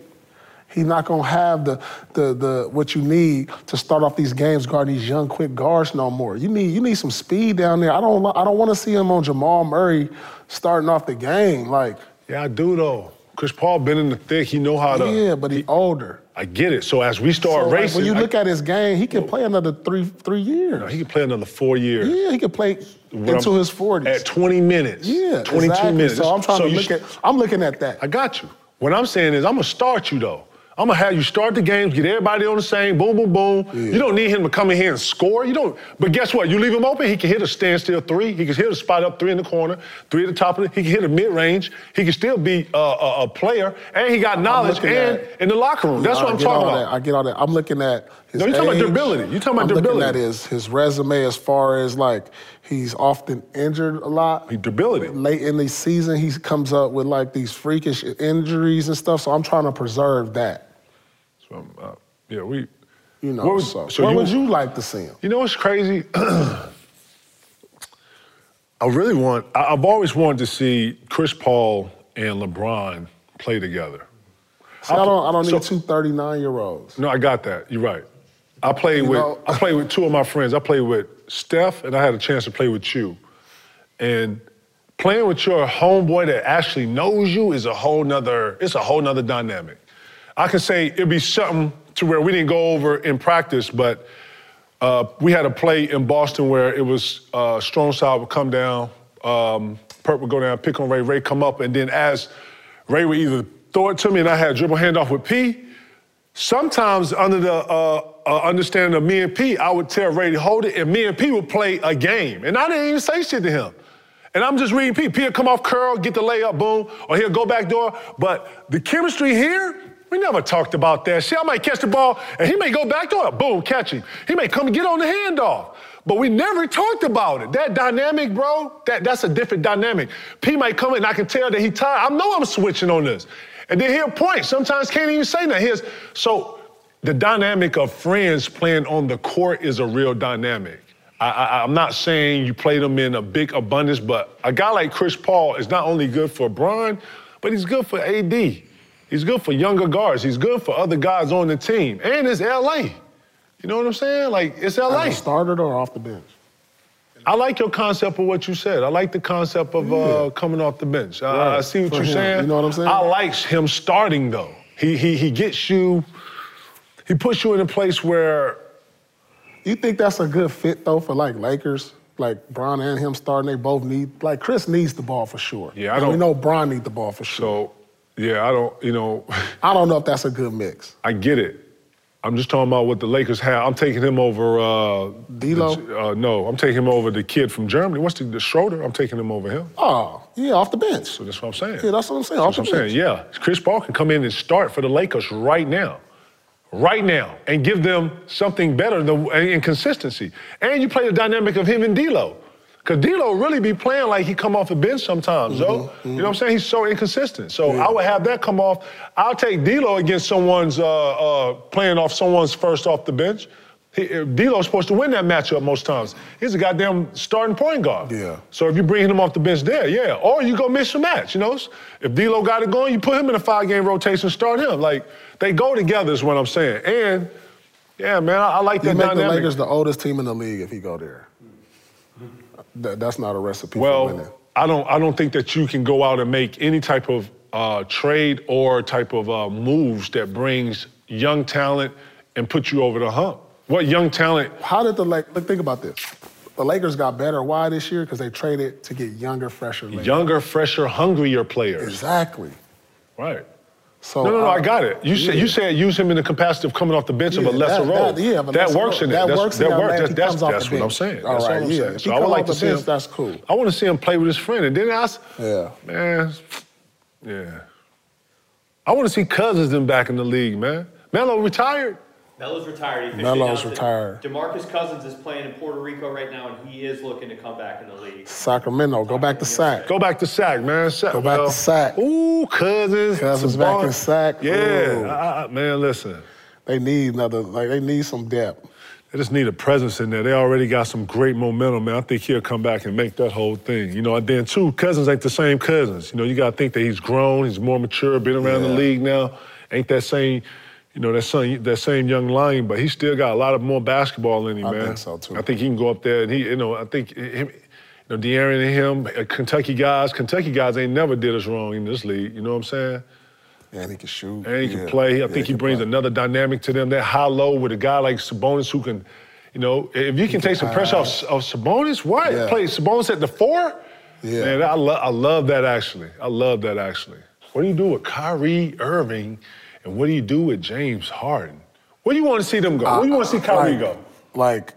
S3: He's not gonna have the the the what you need to start off these games guarding these young quick guards no more. You need you need some speed down there. I don't li- I don't want to see him on Jamal Murray starting off the game like
S1: Yeah, I do though. Chris Paul been in the thick. He know how to.
S3: yeah, but he older.
S1: I get it. So as we start
S3: So, like,
S1: racing,
S3: when you look
S1: I,
S3: at his game, he can play another three three years.
S1: he can play another four years.
S3: yeah, he can play
S1: When
S3: into
S1: I'm-
S3: his 40s.
S1: At 20 minutes.
S3: yeah,
S1: 22
S3: exactly.
S1: minutes.
S3: So I'm trying to
S1: you
S3: look
S1: st-
S3: at I'm looking at that.
S1: I got you. What I'm saying is, I'm gonna start you though. I'm gonna have you start the games, get everybody on the same, boom, boom, boom. You don't need him to come in here and score. You don't. But guess what? You leave him open, he can hit a standstill three. He can hit a spot up three in the corner, three at the top of the. He can hit a mid range. He can still be a, a, a player, and he got knowledge
S3: looking
S1: and
S3: at-
S1: in the locker room. That's
S3: I
S1: what I'm
S3: get
S1: talking
S3: all
S1: about.
S3: That. I get all that. I'm looking at his
S1: No, you're talking about
S3: age.
S1: durability. You're talking about
S3: I'm
S1: durability.
S3: looking at his, his resume as far as like He's often injured a lot.
S1: He debilitated.
S3: Late in the season, he comes up with like these freakish injuries and stuff. So I'm trying to preserve that.
S1: So, uh, yeah, we.
S3: You know,
S1: What was-
S3: so,
S1: so
S3: where
S1: you-
S3: would you like to see him?
S1: You know what's crazy? I really want. I, I've always wanted to see Chris Paul and LeBron play together.
S3: See, I don't, I don't need
S1: so-
S3: two 39 year olds.
S1: No, I got that. You're right. I played with
S3: know-
S1: I played with two of my friends. I played with Steph, and I had a chance to play with you. And playing with your homeboy that actually knows you is a whole nother, it's a whole nother dynamic. I can say it'd be something to where we didn't go over in practice, but uh, we had a play in Boston where it was uh, strong side would come down, um, Perk would go down, pick on Ray, Ray come up, and then as Ray would either throw it to me and I had dribble handoff with P, Sometimes under the uh, uh, understanding of me and P, I would tell Ray to hold it, and me and P would play a game, and I didn't even say shit to him. And I'm just reading P. P will come off curl, get the layup, boom, or he'll go back door. But the chemistry here, we never talked about that. See, I might catch the ball, and he may go back door, boom, catch him. He may come get on the handoff. But we never talked about it. That dynamic, bro, that, that's a different dynamic. P might come in, and I can tell that he tired. I know I'm switching on this. And then he'll point. Sometimes can't even say nothing. Here's, so the dynamic of friends playing on the court is a real dynamic. I, I, I'm not saying you play them in a big abundance, but a guy like Chris Paul is not only good for Bron, but he's good for AD. He's good for younger guards. He's good for other guys on the team. And it's LA. You know what I'm saying? Like, it's LA.
S3: As a starter or off the bench?
S1: I like your concept of what you said. I like the concept of uh, coming off the bench. I- I,
S3: Right,
S1: see what
S3: for
S1: you're
S3: him.
S1: saying.
S3: You know what I'm saying?
S1: I like him starting though. He he he gets you. He puts you in a place where
S3: You think that's a good fit though for like Lakers? Like Bron and him starting, they both need like Chris needs the ball for sure.
S1: Yeah, I
S3: And We
S1: don't-
S3: know Bron need the ball for sure.
S1: so yeah. I don't you know
S3: I don't know if that's a good mix.
S1: I get it. I'm just talking about what the Lakers have. I'm taking him over. Uh,
S3: D'Lo?
S1: the- Uh, no, I'm taking him over the kid from Germany. What's the, the Schroeder? I'm taking him over him.
S3: Oh, yeah, off the bench.
S1: So that's what I'm saying.
S3: Yeah, that's what I'm saying. Off
S1: That's
S3: the
S1: what I'm
S3: bench.
S1: saying. Yeah, Chris Paul can come in and start for the Lakers right now, right now, and give them something better than in consistency. And you play the dynamic of him and D'Lo, because D'Lo really be playing like he come off the bench sometimes. though. you know what I'm saying? He's so inconsistent. So I would have that come off. I'll take D'Lo against someone's uh, uh, playing off someone's first off the bench. He, uh, D'Lo's supposed to win that matchup most times. He's a goddamn starting point guard.
S3: Yeah.
S1: So if you bring him off the bench there, yeah. Or you go miss a match, you know. If D'Lo got it going, you put him in a five-game rotation, start him. Like they go together is what I'm saying. And yeah, man, I, I like
S3: You
S1: that
S3: make
S1: dynamic.
S3: the Lakers the oldest team in the league if he go there. That, that's not a recipe for winning.
S1: well, I don't, I don't think that you can go out and make any type of uh, trade or type of uh, moves that brings young talent and put you over the hump. What young talent?
S3: How did the Lakers look? Think about this. The Lakers got better. Why this year? Because they traded to get younger, fresher. Lakers.
S1: Younger, fresher, hungrier players.
S3: Exactly.
S1: Right.
S3: So
S1: No, no, no,
S3: uh,
S1: I got it. You said
S3: yeah.
S1: you said use him in the capacity of coming off the bench of a
S3: Yeah,
S1: lesser
S3: that-
S1: role.
S3: that- yeah, of a
S1: that
S3: lesser
S1: works
S3: role.
S1: in it.
S3: That
S1: That's,
S3: works in
S1: that
S3: that
S1: works.
S3: lane.
S1: That's,
S3: He
S1: that's,
S3: comes off
S1: that's
S3: the
S1: what I'm
S3: bench.
S1: saying. That's
S3: All
S1: what
S3: right,
S1: I'm
S3: yeah.
S1: saying.
S3: If
S1: So
S3: he
S1: I would
S3: come
S1: like
S3: off
S1: to
S3: the
S1: see him.
S3: bench, that's cool.
S1: I want to see him play with his friend, and then I, s-
S3: Yeah.
S1: man, yeah. I want to see cousins them back in the league, man. Melo retired.
S4: Melo's retired. He officially
S3: Melo's
S4: announced it.
S3: retired.
S4: DeMarcus Cousins is playing in Puerto Rico right now, and he is looking to come back in the league.
S3: Sacramento, go back to sack.
S1: Go back to sack, man. Sack,
S3: Go back to sack.
S1: Ooh, cousins.
S3: Cousins back in sack. Ooh.
S1: Yeah, I- I- man. Listen,
S3: They need another. Like they need some depth.
S1: They just need a presence in there. They already got some great momentum, man. I think he'll come back and make that whole thing. You know, and then too, cousins ain't the same cousins. You know, you gotta think that he's grown, he's more mature, been around the
S3: Yeah.
S1: league now. Ain't that same, you know, that same that same young lion, but he still got a lot of more basketball in him,
S3: I
S1: man.
S3: think so, too.
S1: I think he can go up there and he, you know, I think him, you know, De'Aaron and him, uh, Kentucky guys, Kentucky guys ain't never did us wrong in this league. You know what I'm saying?
S3: And he can shoot.
S1: And he can
S3: Yeah.
S1: play. I
S3: Yeah,
S1: think he
S3: can
S1: brings
S3: play.
S1: another dynamic to them. That high low with a guy like Sabonis who can, you know, if you can take some pressure off, off Sabonis, why
S3: Yeah.
S1: play Sabonis at the four?
S3: Yeah.
S1: Man, I, lo- I love that actually. I love that actually. What do you do with Kyrie Irving, and what do you do with James Harden? Where do you want to see them go? Where do you want to see Kyrie
S3: Uh, like,
S1: go?
S3: Like,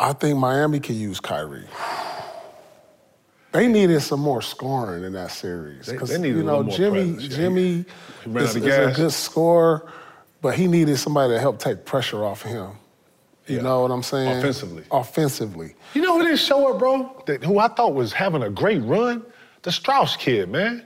S3: I think Miami can use Kyrie. They needed some more scoring in that series
S1: They-
S3: because
S1: they needed
S3: you
S1: a
S3: know
S1: little more
S3: Jimmy
S1: presence, yeah.
S3: Jimmy
S1: He ran
S3: is,
S1: out of
S3: is a
S1: gas.
S3: good scorer, but he needed somebody to help take pressure off him. You
S1: Yeah.
S3: know what I'm saying?
S1: Offensively.
S3: Offensively.
S1: You know who didn't show up, bro? That, who I thought was having a great run? The Strauss kid, man.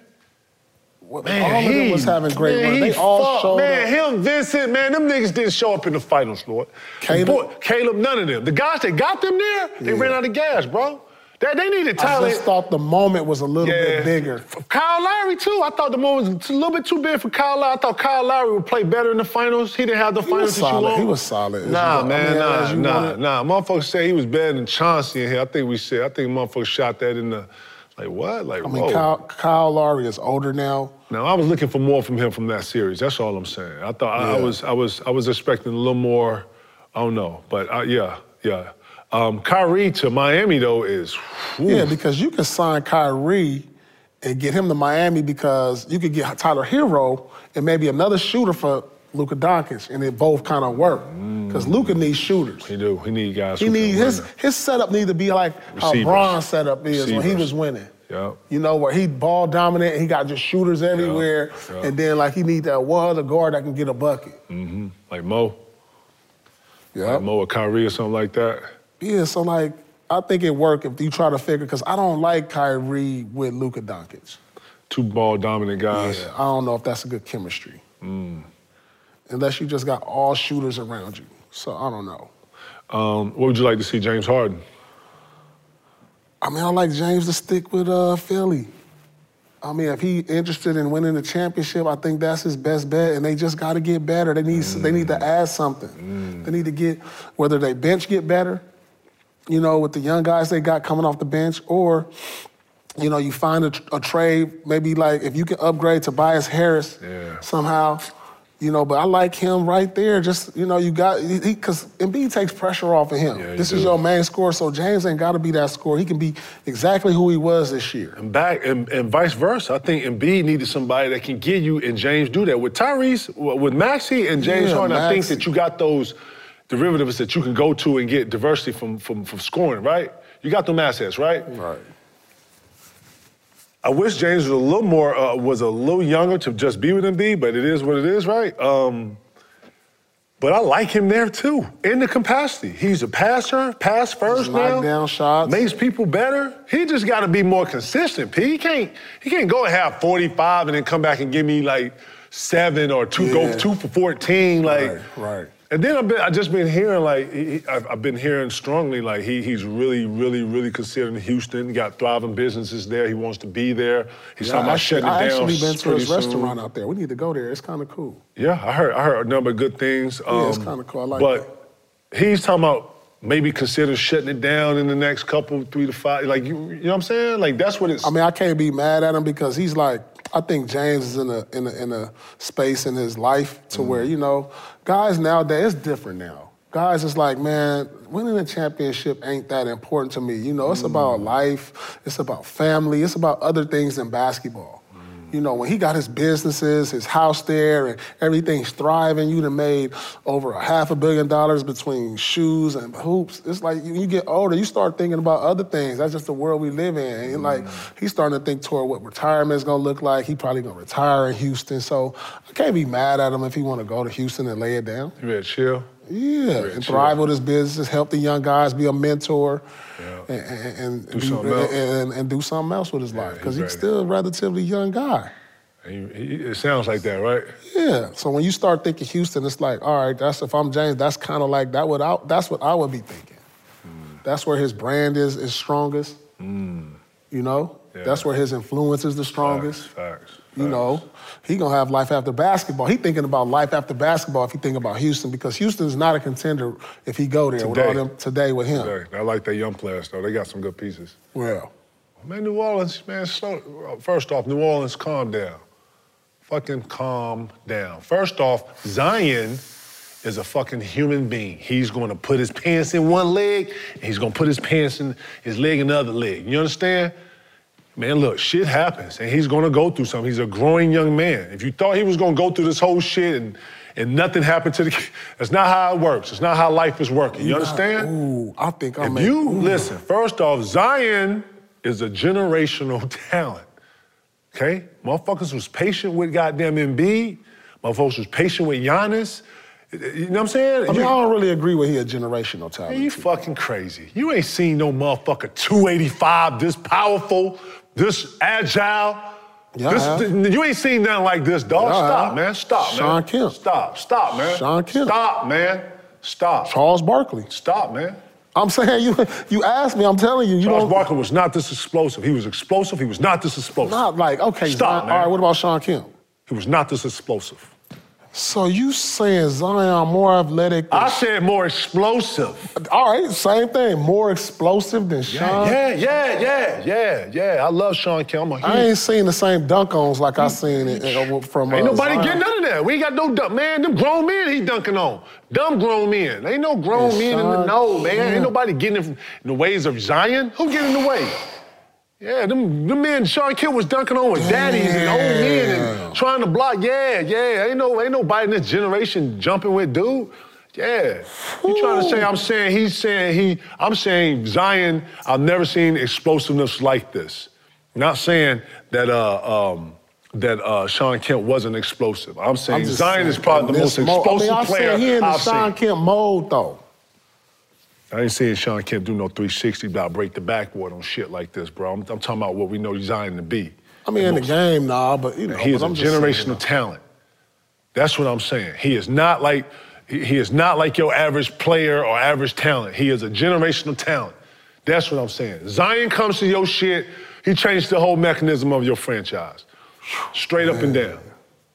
S1: Man,
S3: all of
S1: he,
S3: them was having great
S1: man,
S3: run.
S1: he
S3: They all
S1: fucked,
S3: showed
S1: man,
S3: up.
S1: him, Vincent, man, them niggas didn't show up in the finals, Lord.
S3: Caleb?
S1: Caleb, none of them. The guys that got them there, they
S3: Yeah.
S1: ran out of gas, bro. They, they needed
S3: I
S1: talent.
S3: just thought the moment was a little bit bigger.
S1: F- Kyle Lowry too. I thought the moment was a little bit too big for Kyle Lowry. I thought Kyle Lowry would play better in the finals. He didn't have the
S3: was
S1: finals that
S3: solid.
S1: you want.
S3: He was solid. As
S1: Nah,
S3: you- I
S1: man,
S3: mean, as you
S1: nah,
S3: wanted.
S1: nah, nah. Motherfuckers say he was better than Chauncey in here. I think we said. I think motherfuckers shot that in the. Like what? Like
S3: I mean,
S1: whoa.
S3: Kyle, Kyle Lowry is older now.
S1: Now I was looking for more from him from that series. That's all I'm saying. I thought I, I
S3: Yeah.
S1: was I was I was expecting a little more. I don't know, but I, yeah, yeah. Um, Kyrie to Miami though is.
S3: Yeah,
S1: oof.
S3: because you can sign Kyrie and get him to Miami because you could get Tyler Hero and maybe another shooter for Luka Doncic, and it both kind of work because Luka needs shooters.
S1: He do. He need guys.
S3: He
S1: who Mm. can
S3: needs
S1: win
S3: his
S1: it.
S3: his setup need to be like how
S1: Receivers.
S3: Bron's setup is when he
S1: Receivers.
S3: was winning.
S1: Yep.
S3: You know where he ball dominant, he got just shooters everywhere,
S1: Yep.
S3: and then like he need that one other guard that can get a bucket.
S1: Like Mo.
S3: Yeah.
S1: Mo or Kyrie or something like that.
S3: Yeah, so like I think it work if you try to figure because I don't like Kyrie with Luka Doncic.
S1: Two ball dominant guys.
S3: Yeah, I don't know if that's a good chemistry. Unless you just got all shooters around you. So I don't know.
S1: Um, what would you like to see James Harden?
S3: I mean, I like James to stick with uh, Philly. I mean, if he interested in winning the championship, I think that's his best bet. And they just got to get better. They need they need to add something. They need to get whether they bench get better, you know, with the young guys they got coming off the bench, or you know, you find a, tr- a trade. Maybe like if you can upgrade Tobias Harris
S1: Yeah.
S3: somehow, you know. But I like him right there. Just you know, you got because Embiid takes pressure off of him.
S1: Yeah, he
S3: this is
S1: do.
S3: your main scorer, so James ain't got to be that scorer. He can be exactly who he was this year.
S1: And back and, and vice versa. I think Embiid needed somebody that can get you and James do that. With Tyrese, w- with Maxi and James
S3: Yeah,
S1: Harden, I think
S3: Maxey.
S1: that you got those derivatives that you can go to and get diversity from from, from scoring, right? You got them assets, right?
S3: Right.
S1: I wish James was a little more uh, was a little younger to just be with Embiid, but it is what it is, right? Um, but I like him there too, in the capacity. He's a passer, pass first now.
S3: knockdown shots.
S1: Makes people better. He just got to be more consistent. P. He can't he can't go and have 45 and then come back and give me like seven or two go
S3: Yeah.
S1: two for 14 like.
S3: Right, right.
S1: And then I've been, I just been hearing like he, he- I've, I've been hearing strongly like he he's really really really considering Houston. He got thriving businesses there. He wants to be there. He's talking
S3: I
S1: about
S3: actually,
S1: shutting
S3: I
S1: it down.
S3: actually been to
S1: pretty
S3: his
S1: soon.
S3: restaurant out there. We need to go there. It's kind of cool.
S1: Yeah, I heard I heard a number of good things.
S3: Yeah, it's
S1: um,
S3: kinda cool. I like
S1: But he's talking about maybe consider shutting it down in the next couple three to five. Like you you know what I'm saying? Like that's what it's.
S3: I mean, I can't be mad at him because he's like, I think James is in a in a, in a space in his life to
S1: Mm.
S3: where you know, guys nowadays it's different now. Guys, it's like, man, winning a championship ain't that important to me. You know, it's about
S1: Mm.
S3: life, it's about family, it's about other things than basketball.
S1: Mm.
S3: You know, when he got his businesses, his house there, and everything's thriving, you'd have made over a half a billion dollars between shoes and hoops. It's like when you get older, you start thinking about other things. That's just the world we live in. And like
S1: Mm.
S3: he's starting to think toward what retirement's gonna look like. He probably gonna retire in Houston. So I can't be mad at him if he wanna go to Houston and lay it down.
S1: you better chill.
S3: Yeah,
S1: Rich,
S3: and thrive
S1: yeah.
S3: with his business, help the young guys, be a mentor,
S1: Yeah.
S3: and, and, and,
S1: Do
S3: be-
S1: something else.
S3: and- and do something else with his life
S1: he's
S3: because
S1: ready.
S3: he's still a relatively young guy.
S1: He- he- it sounds like that, right?
S3: Yeah. So when you start thinking Houston, it's like, all right, that's if I'm James, that's kind of like that. What I, that's what I would be thinking.
S1: Hmm.
S3: That's where his brand is is strongest. You know,
S1: Yeah.
S3: that's where his influence is the strongest.
S1: Facts, facts,
S3: You know, he gonna have life after basketball. He thinking about life after basketball if he think about Houston because Houston's not a contender if he go there with all
S1: Today.
S3: them today with him.
S1: Hey, I like that young players though. They got some good pieces.
S3: Well,
S1: Man, New Orleans, man, slow. First off, New Orleans, calm down. Fucking calm down. First off, Zion is a fucking human being. He's gonna put his pants in one leg, and he's gonna put his pants in his leg in the other leg. You understand? Man, look, shit happens, and he's gonna go through something. He's a growing young man. If you thought he was gonna go through this whole shit and, and nothing happened to the kid, that's not how it works. It's not how life is working. You understand?
S3: Ooh, I think I'm.
S1: If you listen, first off, Zion is a generational talent. Okay? Motherfuckers was patient with goddamn Embiid. Motherfuckers was patient with Giannis. You know what I'm saying?
S3: I mean,
S1: You-
S3: I don't really agree with he a generational
S1: Man,
S3: talent.
S1: you fucking crazy. You ain't seen no motherfucker 285, this powerful, this agile.
S3: Yeah, I
S1: this,
S3: have.
S1: th- you ain't seen nothing like this, dog.
S3: Yeah, I
S1: stop,
S3: have.
S1: man. Stop, man.
S3: Sean Kemp.
S1: Stop, stop, man.
S3: Sean Kemp.
S1: Stop, man. Stop.
S3: Charles Barkley.
S1: Stop, man.
S3: I'm saying you you asked me, I'm telling you, you
S1: Charles
S3: don't
S1: Barkley was not this explosive. He was explosive. He was not this explosive.
S3: not like, okay,
S1: Stop,
S3: Zion,
S1: man.
S3: all right, what about Sean Kemp?
S1: He was not this explosive.
S3: So you saying Zion more athletic than
S1: I said more explosive.
S3: all right, same thing. More explosive than Sean.
S1: Yeah, yeah, yeah, yeah, yeah. I love Sean Kemp. I'm a
S3: I ain't seen the same dunk ons like I seen it uh, from.
S1: Ain't
S3: uh,
S1: nobody
S3: Zion.
S1: getting none of that. We ain't got no dumb man. Them grown men he dunking on. Dumb grown men. Ain't no grown
S3: Yes,
S1: men in the
S3: son.
S1: no man.
S3: Yeah.
S1: Ain't nobody getting in, in the ways of Zion. Who get in the way? Yeah, them, them men Sean Kidd was dunking on with daddies and old men
S3: Damn.
S1: and trying to block. Yeah, yeah. Ain't no ain't nobody in this generation jumping with dude. Yeah. You trying to say I'm saying he's saying he I'm saying Zion, I've never seen explosiveness like this. Not saying that uh um that uh, Sean Kemp wasn't explosive. I'm saying
S3: I'm just
S1: Zion
S3: saying,
S1: is probably the
S3: in
S1: most
S3: this mo-
S1: explosive
S3: I mean, I
S1: player
S3: Said he in the
S1: I've
S3: Sean
S1: seen.
S3: Kemp mold though.
S1: I ain't seeing Sean Kemp do no 360 about break the backboard on shit like this, bro. I'm, I'm talking about what we know Zion to be.
S3: I mean, in the game, nah, but you know,
S1: He is
S3: but
S1: a
S3: I'm just saying,
S1: generational talent. That's what I'm saying. He is not like he he is not like your average player or average talent. He is a generational talent. That's what I'm saying. Zion comes to your shit, he changed the whole mechanism of your franchise. Straight up and down.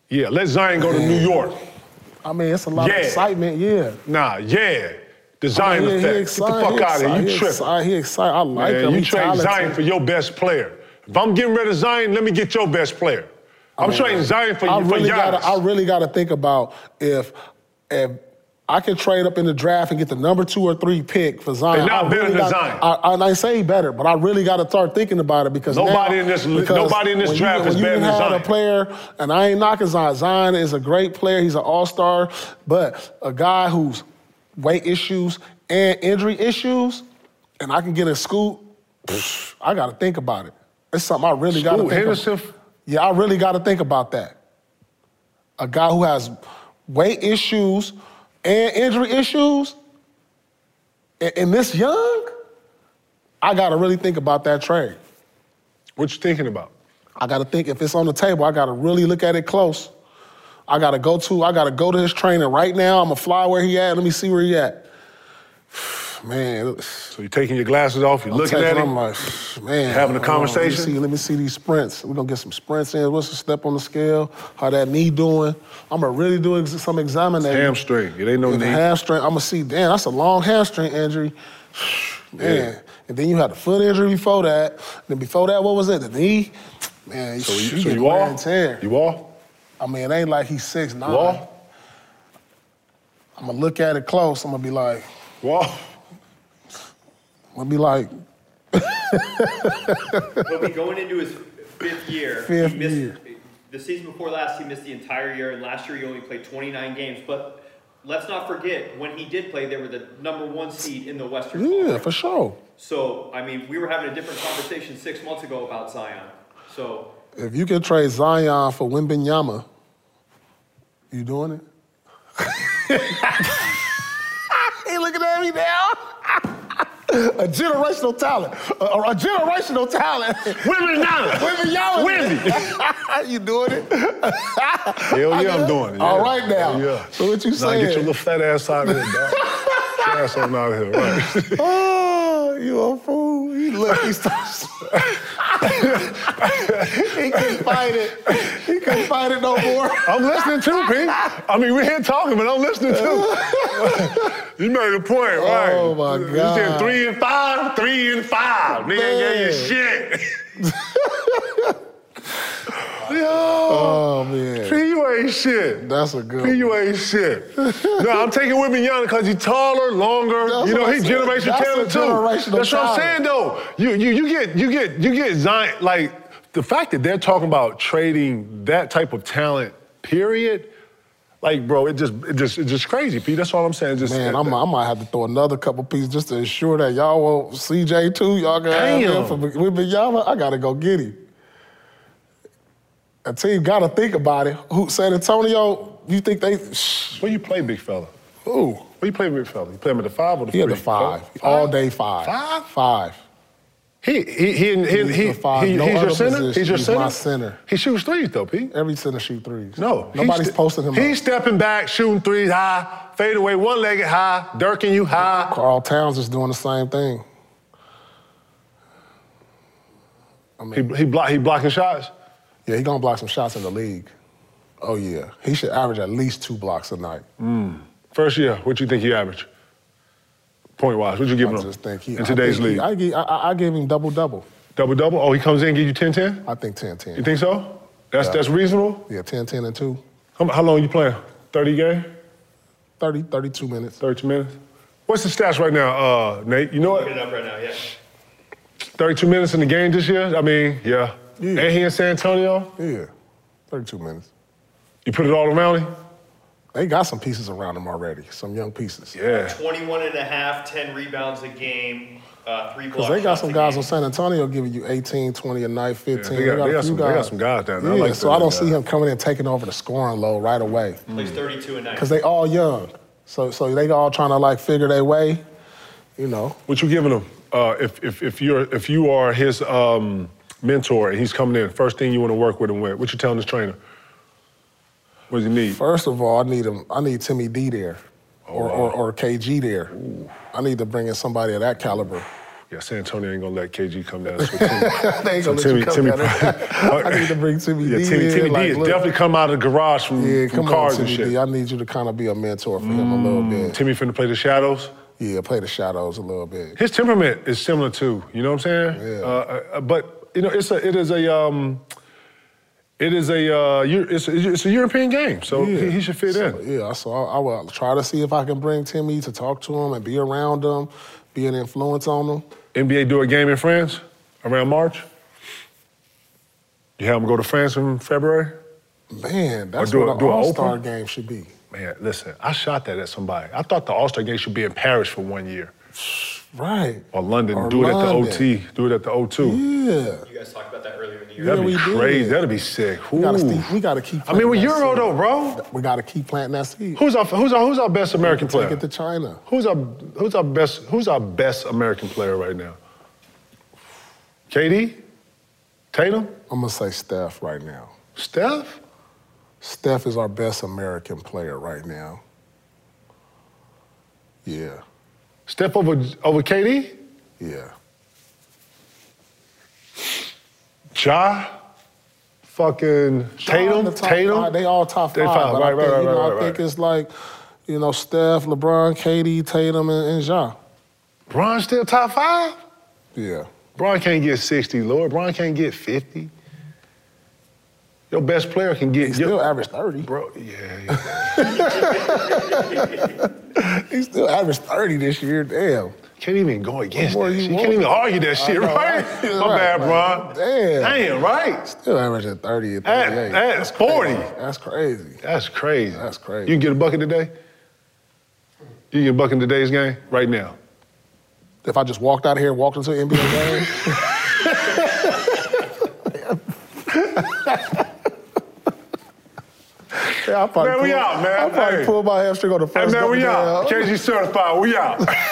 S1: Yeah, let Zion go to New York.
S3: I mean, it's a lot
S1: Yeah.
S3: of excitement. Yeah.
S1: Nah, yeah. The Zion
S3: Oh, Yeah, he
S1: effect.
S3: excited,
S1: Get the
S3: he
S1: fuck out of here. You
S3: excited, he
S1: tripping.
S3: excited, He excited. I like
S1: Man,
S3: him.
S1: you
S3: He
S1: trade
S3: talented.
S1: Zion for your best player. If I'm getting rid of Zion, let me get your best player. I'm trading Zion for,
S3: I
S1: you for
S3: really
S1: Giannis.
S3: gotta, I really gotta think about if if I can trade up in the draft and get the number two or three pick for Zion.
S1: They're not
S3: I
S1: better
S3: really
S1: than
S3: gotta-
S1: Zion.
S3: I, I, and I say better, but I really gotta start thinking about it because
S1: Nobody
S3: now-
S1: in this li-
S3: because
S1: nobody in this
S3: when
S1: draft
S3: you,
S1: is
S3: when you
S1: better than
S3: had
S1: Zion.
S3: A player, and I ain't knocking Zion. Zion is a great player. He's an all star, but a guy who's weight issues and injury issues, and I can get a scoop. pfft, I gotta think about it. It's something I really gotta
S1: Scoot
S3: think
S1: Henderson
S3: about. Yeah, I really gotta think about that a guy who has weight issues and injury issues, and, and this young, I gotta really think about that trade.
S1: What you thinking about?
S3: I gotta think if it's on the table, I gotta really look at it close. I gotta go to, I gotta go to his trainer right now. I'm gonna fly where he at. Let me see where he at. Man,
S1: So you're taking your glasses off, you're looking
S3: taking-
S1: at
S3: I'm
S1: him.
S3: like, man.
S1: Having a
S3: hold on,
S1: conversation?
S3: Let me see, let me see these sprints. We're gonna get some sprints in. What's the step on the scale? How that knee doing? I'm gonna really do ex- some examination.
S1: Hamstring. It ain't no
S3: With the
S1: knee.
S3: hamstring, I'm gonna see. Damn, that's a long hamstring injury. Man, and then you had the foot injury before that. Then before that, what was it? The knee. Man,
S1: So
S3: shoot,
S1: you,
S3: you
S1: so
S3: get
S1: you
S3: wear
S1: are?
S3: and tear.
S1: You are?
S3: I mean, it ain't like he's six nine.
S1: You are?
S3: I'm gonna look at it close. I'm gonna be like,
S1: You are?
S3: I'm gonna be like,
S4: He'll be going into his fifth year.
S3: Fifth
S4: he missed,
S3: year.
S4: The season before last, he missed the entire year, and last year he only played 29 games. But let's not forget, when he did play, they were the number one seed in the Western
S3: yeah,
S4: Conference.
S3: for sure.
S4: So, I mean, we were having a different conversation six months ago about Zion. So,
S3: If you can trade Zion for Wimbenyama, you doing it? he looking at me now. a generational talent, a, a generational talent.
S1: Women now.
S3: Wimbenyama,
S1: Wimby.
S3: you doing it?
S1: Hell yeah, I'm doing it.
S3: All
S1: yeah.
S3: right now.
S1: Hell yeah.
S3: So what you
S1: Now get
S3: saying?
S1: your little fat ass out of here, dog. Get your ass on out of here, right?
S3: Oh, you a fool. He look, he starts. he couldn't fight it. He couldn't fight it no more.
S1: I'm listening too, Pete. I mean, we're here talking, but I'm listening too. you made a point, right?
S3: Oh, my
S1: You said
S3: God.
S1: three and five, three and five. Nigga ain't
S3: Man.
S1: getting shit. Yo,
S3: Oh man.
S1: P, you ain't shit.
S3: That's a good
S1: P, you ain't shit. no, I'm taking women young because he's taller, longer.
S3: That's
S1: you know,
S3: what
S1: he
S3: I said.
S1: generation
S3: That's a
S1: talent too.
S3: generational
S1: That's what I'm
S3: talent.
S1: saying though. You you you get you get you get Zion like the fact that they're talking about trading that type of talent, period. Like, bro, it just it just it's just crazy, P. That's all I'm saying. It's just
S3: Man, I'm, I might have to throw another couple pieces just to ensure that y'all won't CJ too. Y'all can have him
S1: Damn.
S3: for Wimbenyama. I gotta go get him. A team gotta think about it. Who San Antonio? you think they? Shh,
S1: Where you play, big fella?
S3: ooh,
S1: Where you play, big fella? You play him at the five or the
S3: he had
S1: three?
S3: the five, all day five,
S1: Five?
S3: five.
S1: He he he he,
S3: He's
S1: he,
S3: the five.
S1: he-
S3: No
S1: he's
S3: other
S1: your center.
S3: position.
S1: He's your
S3: He's
S1: center.
S3: my center.
S1: He shoots threes though, Pete.
S3: Every center shoot threes.
S1: No, he's
S3: nobody's
S1: st-
S3: posting him.
S1: He's
S3: up.
S1: stepping back, shooting threes high, fade away, one legged high, dirking you high.
S3: Carl Towns is doing the same thing.
S1: He he block he blocking shots.
S3: Yeah, he gonna block some shots in the league. Oh yeah, he should average at least two blocks a night.
S1: First year, what you think he averaged? Point wise, what you give
S3: I
S1: him
S3: just think he
S1: in today's
S3: I think
S1: league?
S3: he- I, gi- I, I- I gave him double double.
S1: double double. Oh, he comes in, give you 10-10?
S3: I think 10-10.
S1: You think so? That's
S3: Yeah.
S1: that's reasonable.
S3: yeah, 10-10 and two.
S1: How, how long you playing? Thirty game,
S3: 30, 32 minutes.
S1: thirty minutes. What's the stats right now, uh, Nate? You know
S4: Look it
S1: what?
S4: up right now, yeah.
S1: Thirty-two minutes in the game this year. I mean, yeah.
S3: Yeah.
S1: And he in San Antonio.
S3: Yeah, 32 minutes.
S1: You put it all around him.
S3: They got some pieces around him already, some young pieces.
S1: Yeah.
S4: 21 and a half, 10 rebounds a game, uh, three blocks.
S3: Because they got some guys on San Antonio giving you 18, 20 a night, 15.
S1: Yeah, they got- they got
S3: a few
S1: some- they got some guys down there. I
S3: Yeah,
S1: like
S3: so
S1: that
S3: I don't
S1: guy.
S3: see him coming in taking over the scoring load right away.
S4: Plays 32 a night.
S3: Because they all young. So, so they all trying to like figure their way, you know.
S1: What you giving him? Uh, if if if you're if you are his um, mentor and he's coming in, first thing you want to work with him with, what you telling this trainer? What does he need?
S3: First of all, I need him. I need Timmy D there, or,
S1: Oh,
S3: or, or KG there. I need to bring in somebody of that caliber.
S1: Yeah, San Antonio ain't gonna let KG come down. So Timmy,
S3: they ain't gonna
S1: so
S3: let you come down there. I need to bring Timmy
S1: yeah,
S3: D
S1: Timmy,
S3: in,
S1: Timmy
S3: like,
S1: D is
S3: look.
S1: definitely come out of the garage from,
S3: Yeah,
S1: from
S3: come on,
S1: cars
S3: Timmy
S1: and shit. Mm.
S3: D. I need you to kind of be a mentor for him a little bit.
S1: Timmy finna play the shadows.
S3: Yeah, play the shadows a little bit.
S1: His temperament is similar too. You know what I'm saying?
S3: Yeah.
S1: Uh, uh, but you know, it's a it is a um, it is a uh, Eu- it's a, it's a European game, so he, he should fit in.
S3: So, yeah, so I, I will try to see if I can bring Timmy to talk to him and be around him, be an influence on him.
S1: NBA do a game in France around March? You have them go to France in February?
S3: Man, that's
S1: do a-
S3: what an
S1: do a open?
S3: all star game should be.
S1: Man, listen, I shot that at somebody. I thought the All Star game should be in Paris for one year
S3: Right.
S1: or London.
S3: Or
S1: do it at the
S3: London.
S1: OT. Do it at the O2.
S3: Yeah.
S4: you guys talked about that earlier in the year.
S1: That'd
S3: Yeah,
S1: be
S3: we did.
S1: crazy. That'd be sick.
S3: We gotta,
S1: Ooh.
S3: st- we gotta keep
S1: I mean,
S3: planting
S1: with
S3: that
S1: Euro
S3: seed.
S1: though, bro.
S3: We gotta keep planting that seed.
S1: Who's our who's our who's our best American
S3: Take
S1: player?
S3: it to China.
S1: Who's our who's our best who's our best American player right now? KD, Tatum,
S3: I'm gonna say Steph right now.
S1: Steph.
S3: Steph is our best American player right now. Yeah,
S1: Steph over over KD.
S3: yeah.
S1: Ja, fucking
S3: All in
S1: Tatum,
S3: the top
S1: Tatum.
S3: five. They all top
S1: They
S3: five.
S1: five,
S3: But
S1: right,
S3: I think,
S1: right,
S3: you know,
S1: right,
S3: I
S1: right,
S3: think
S1: right.
S3: it's like, you know, Steph, LeBron, KD, Tatum, and, and Ja.
S1: Bron still top five.
S3: Yeah.
S1: Bron can't get sixty, Lord. Bron can't get fifty. Your best player can get
S3: He
S1: your-
S3: still averaged 30.
S1: Bro, yeah, yeah.
S3: He still averaged 30 this year. Damn.
S1: can't even go against
S3: What more
S1: that.
S3: you
S1: shit.
S3: want?
S1: can't even argue that shit,
S3: know,
S1: right?
S3: right?
S1: My
S3: Right,
S1: bad,
S3: right.
S1: Bron.
S3: Damn.
S1: Damn, right?
S3: Still averaging 30 at
S1: At,
S3: 38.
S1: at forty.
S3: That's crazy.
S1: That's crazy.
S3: That's crazy.
S1: You can get a bucket today. You can get a bucket in today's game right now.
S3: If I just walked out of here and walked into an NBA game, yeah, I probably
S1: Man, we
S3: pull-
S1: out, man.
S3: I probably
S1: Hey.
S3: pulled my hamstring on the
S1: Hey
S3: first
S1: man, we
S3: double
S1: out.
S3: down.
S1: KG certified. We out.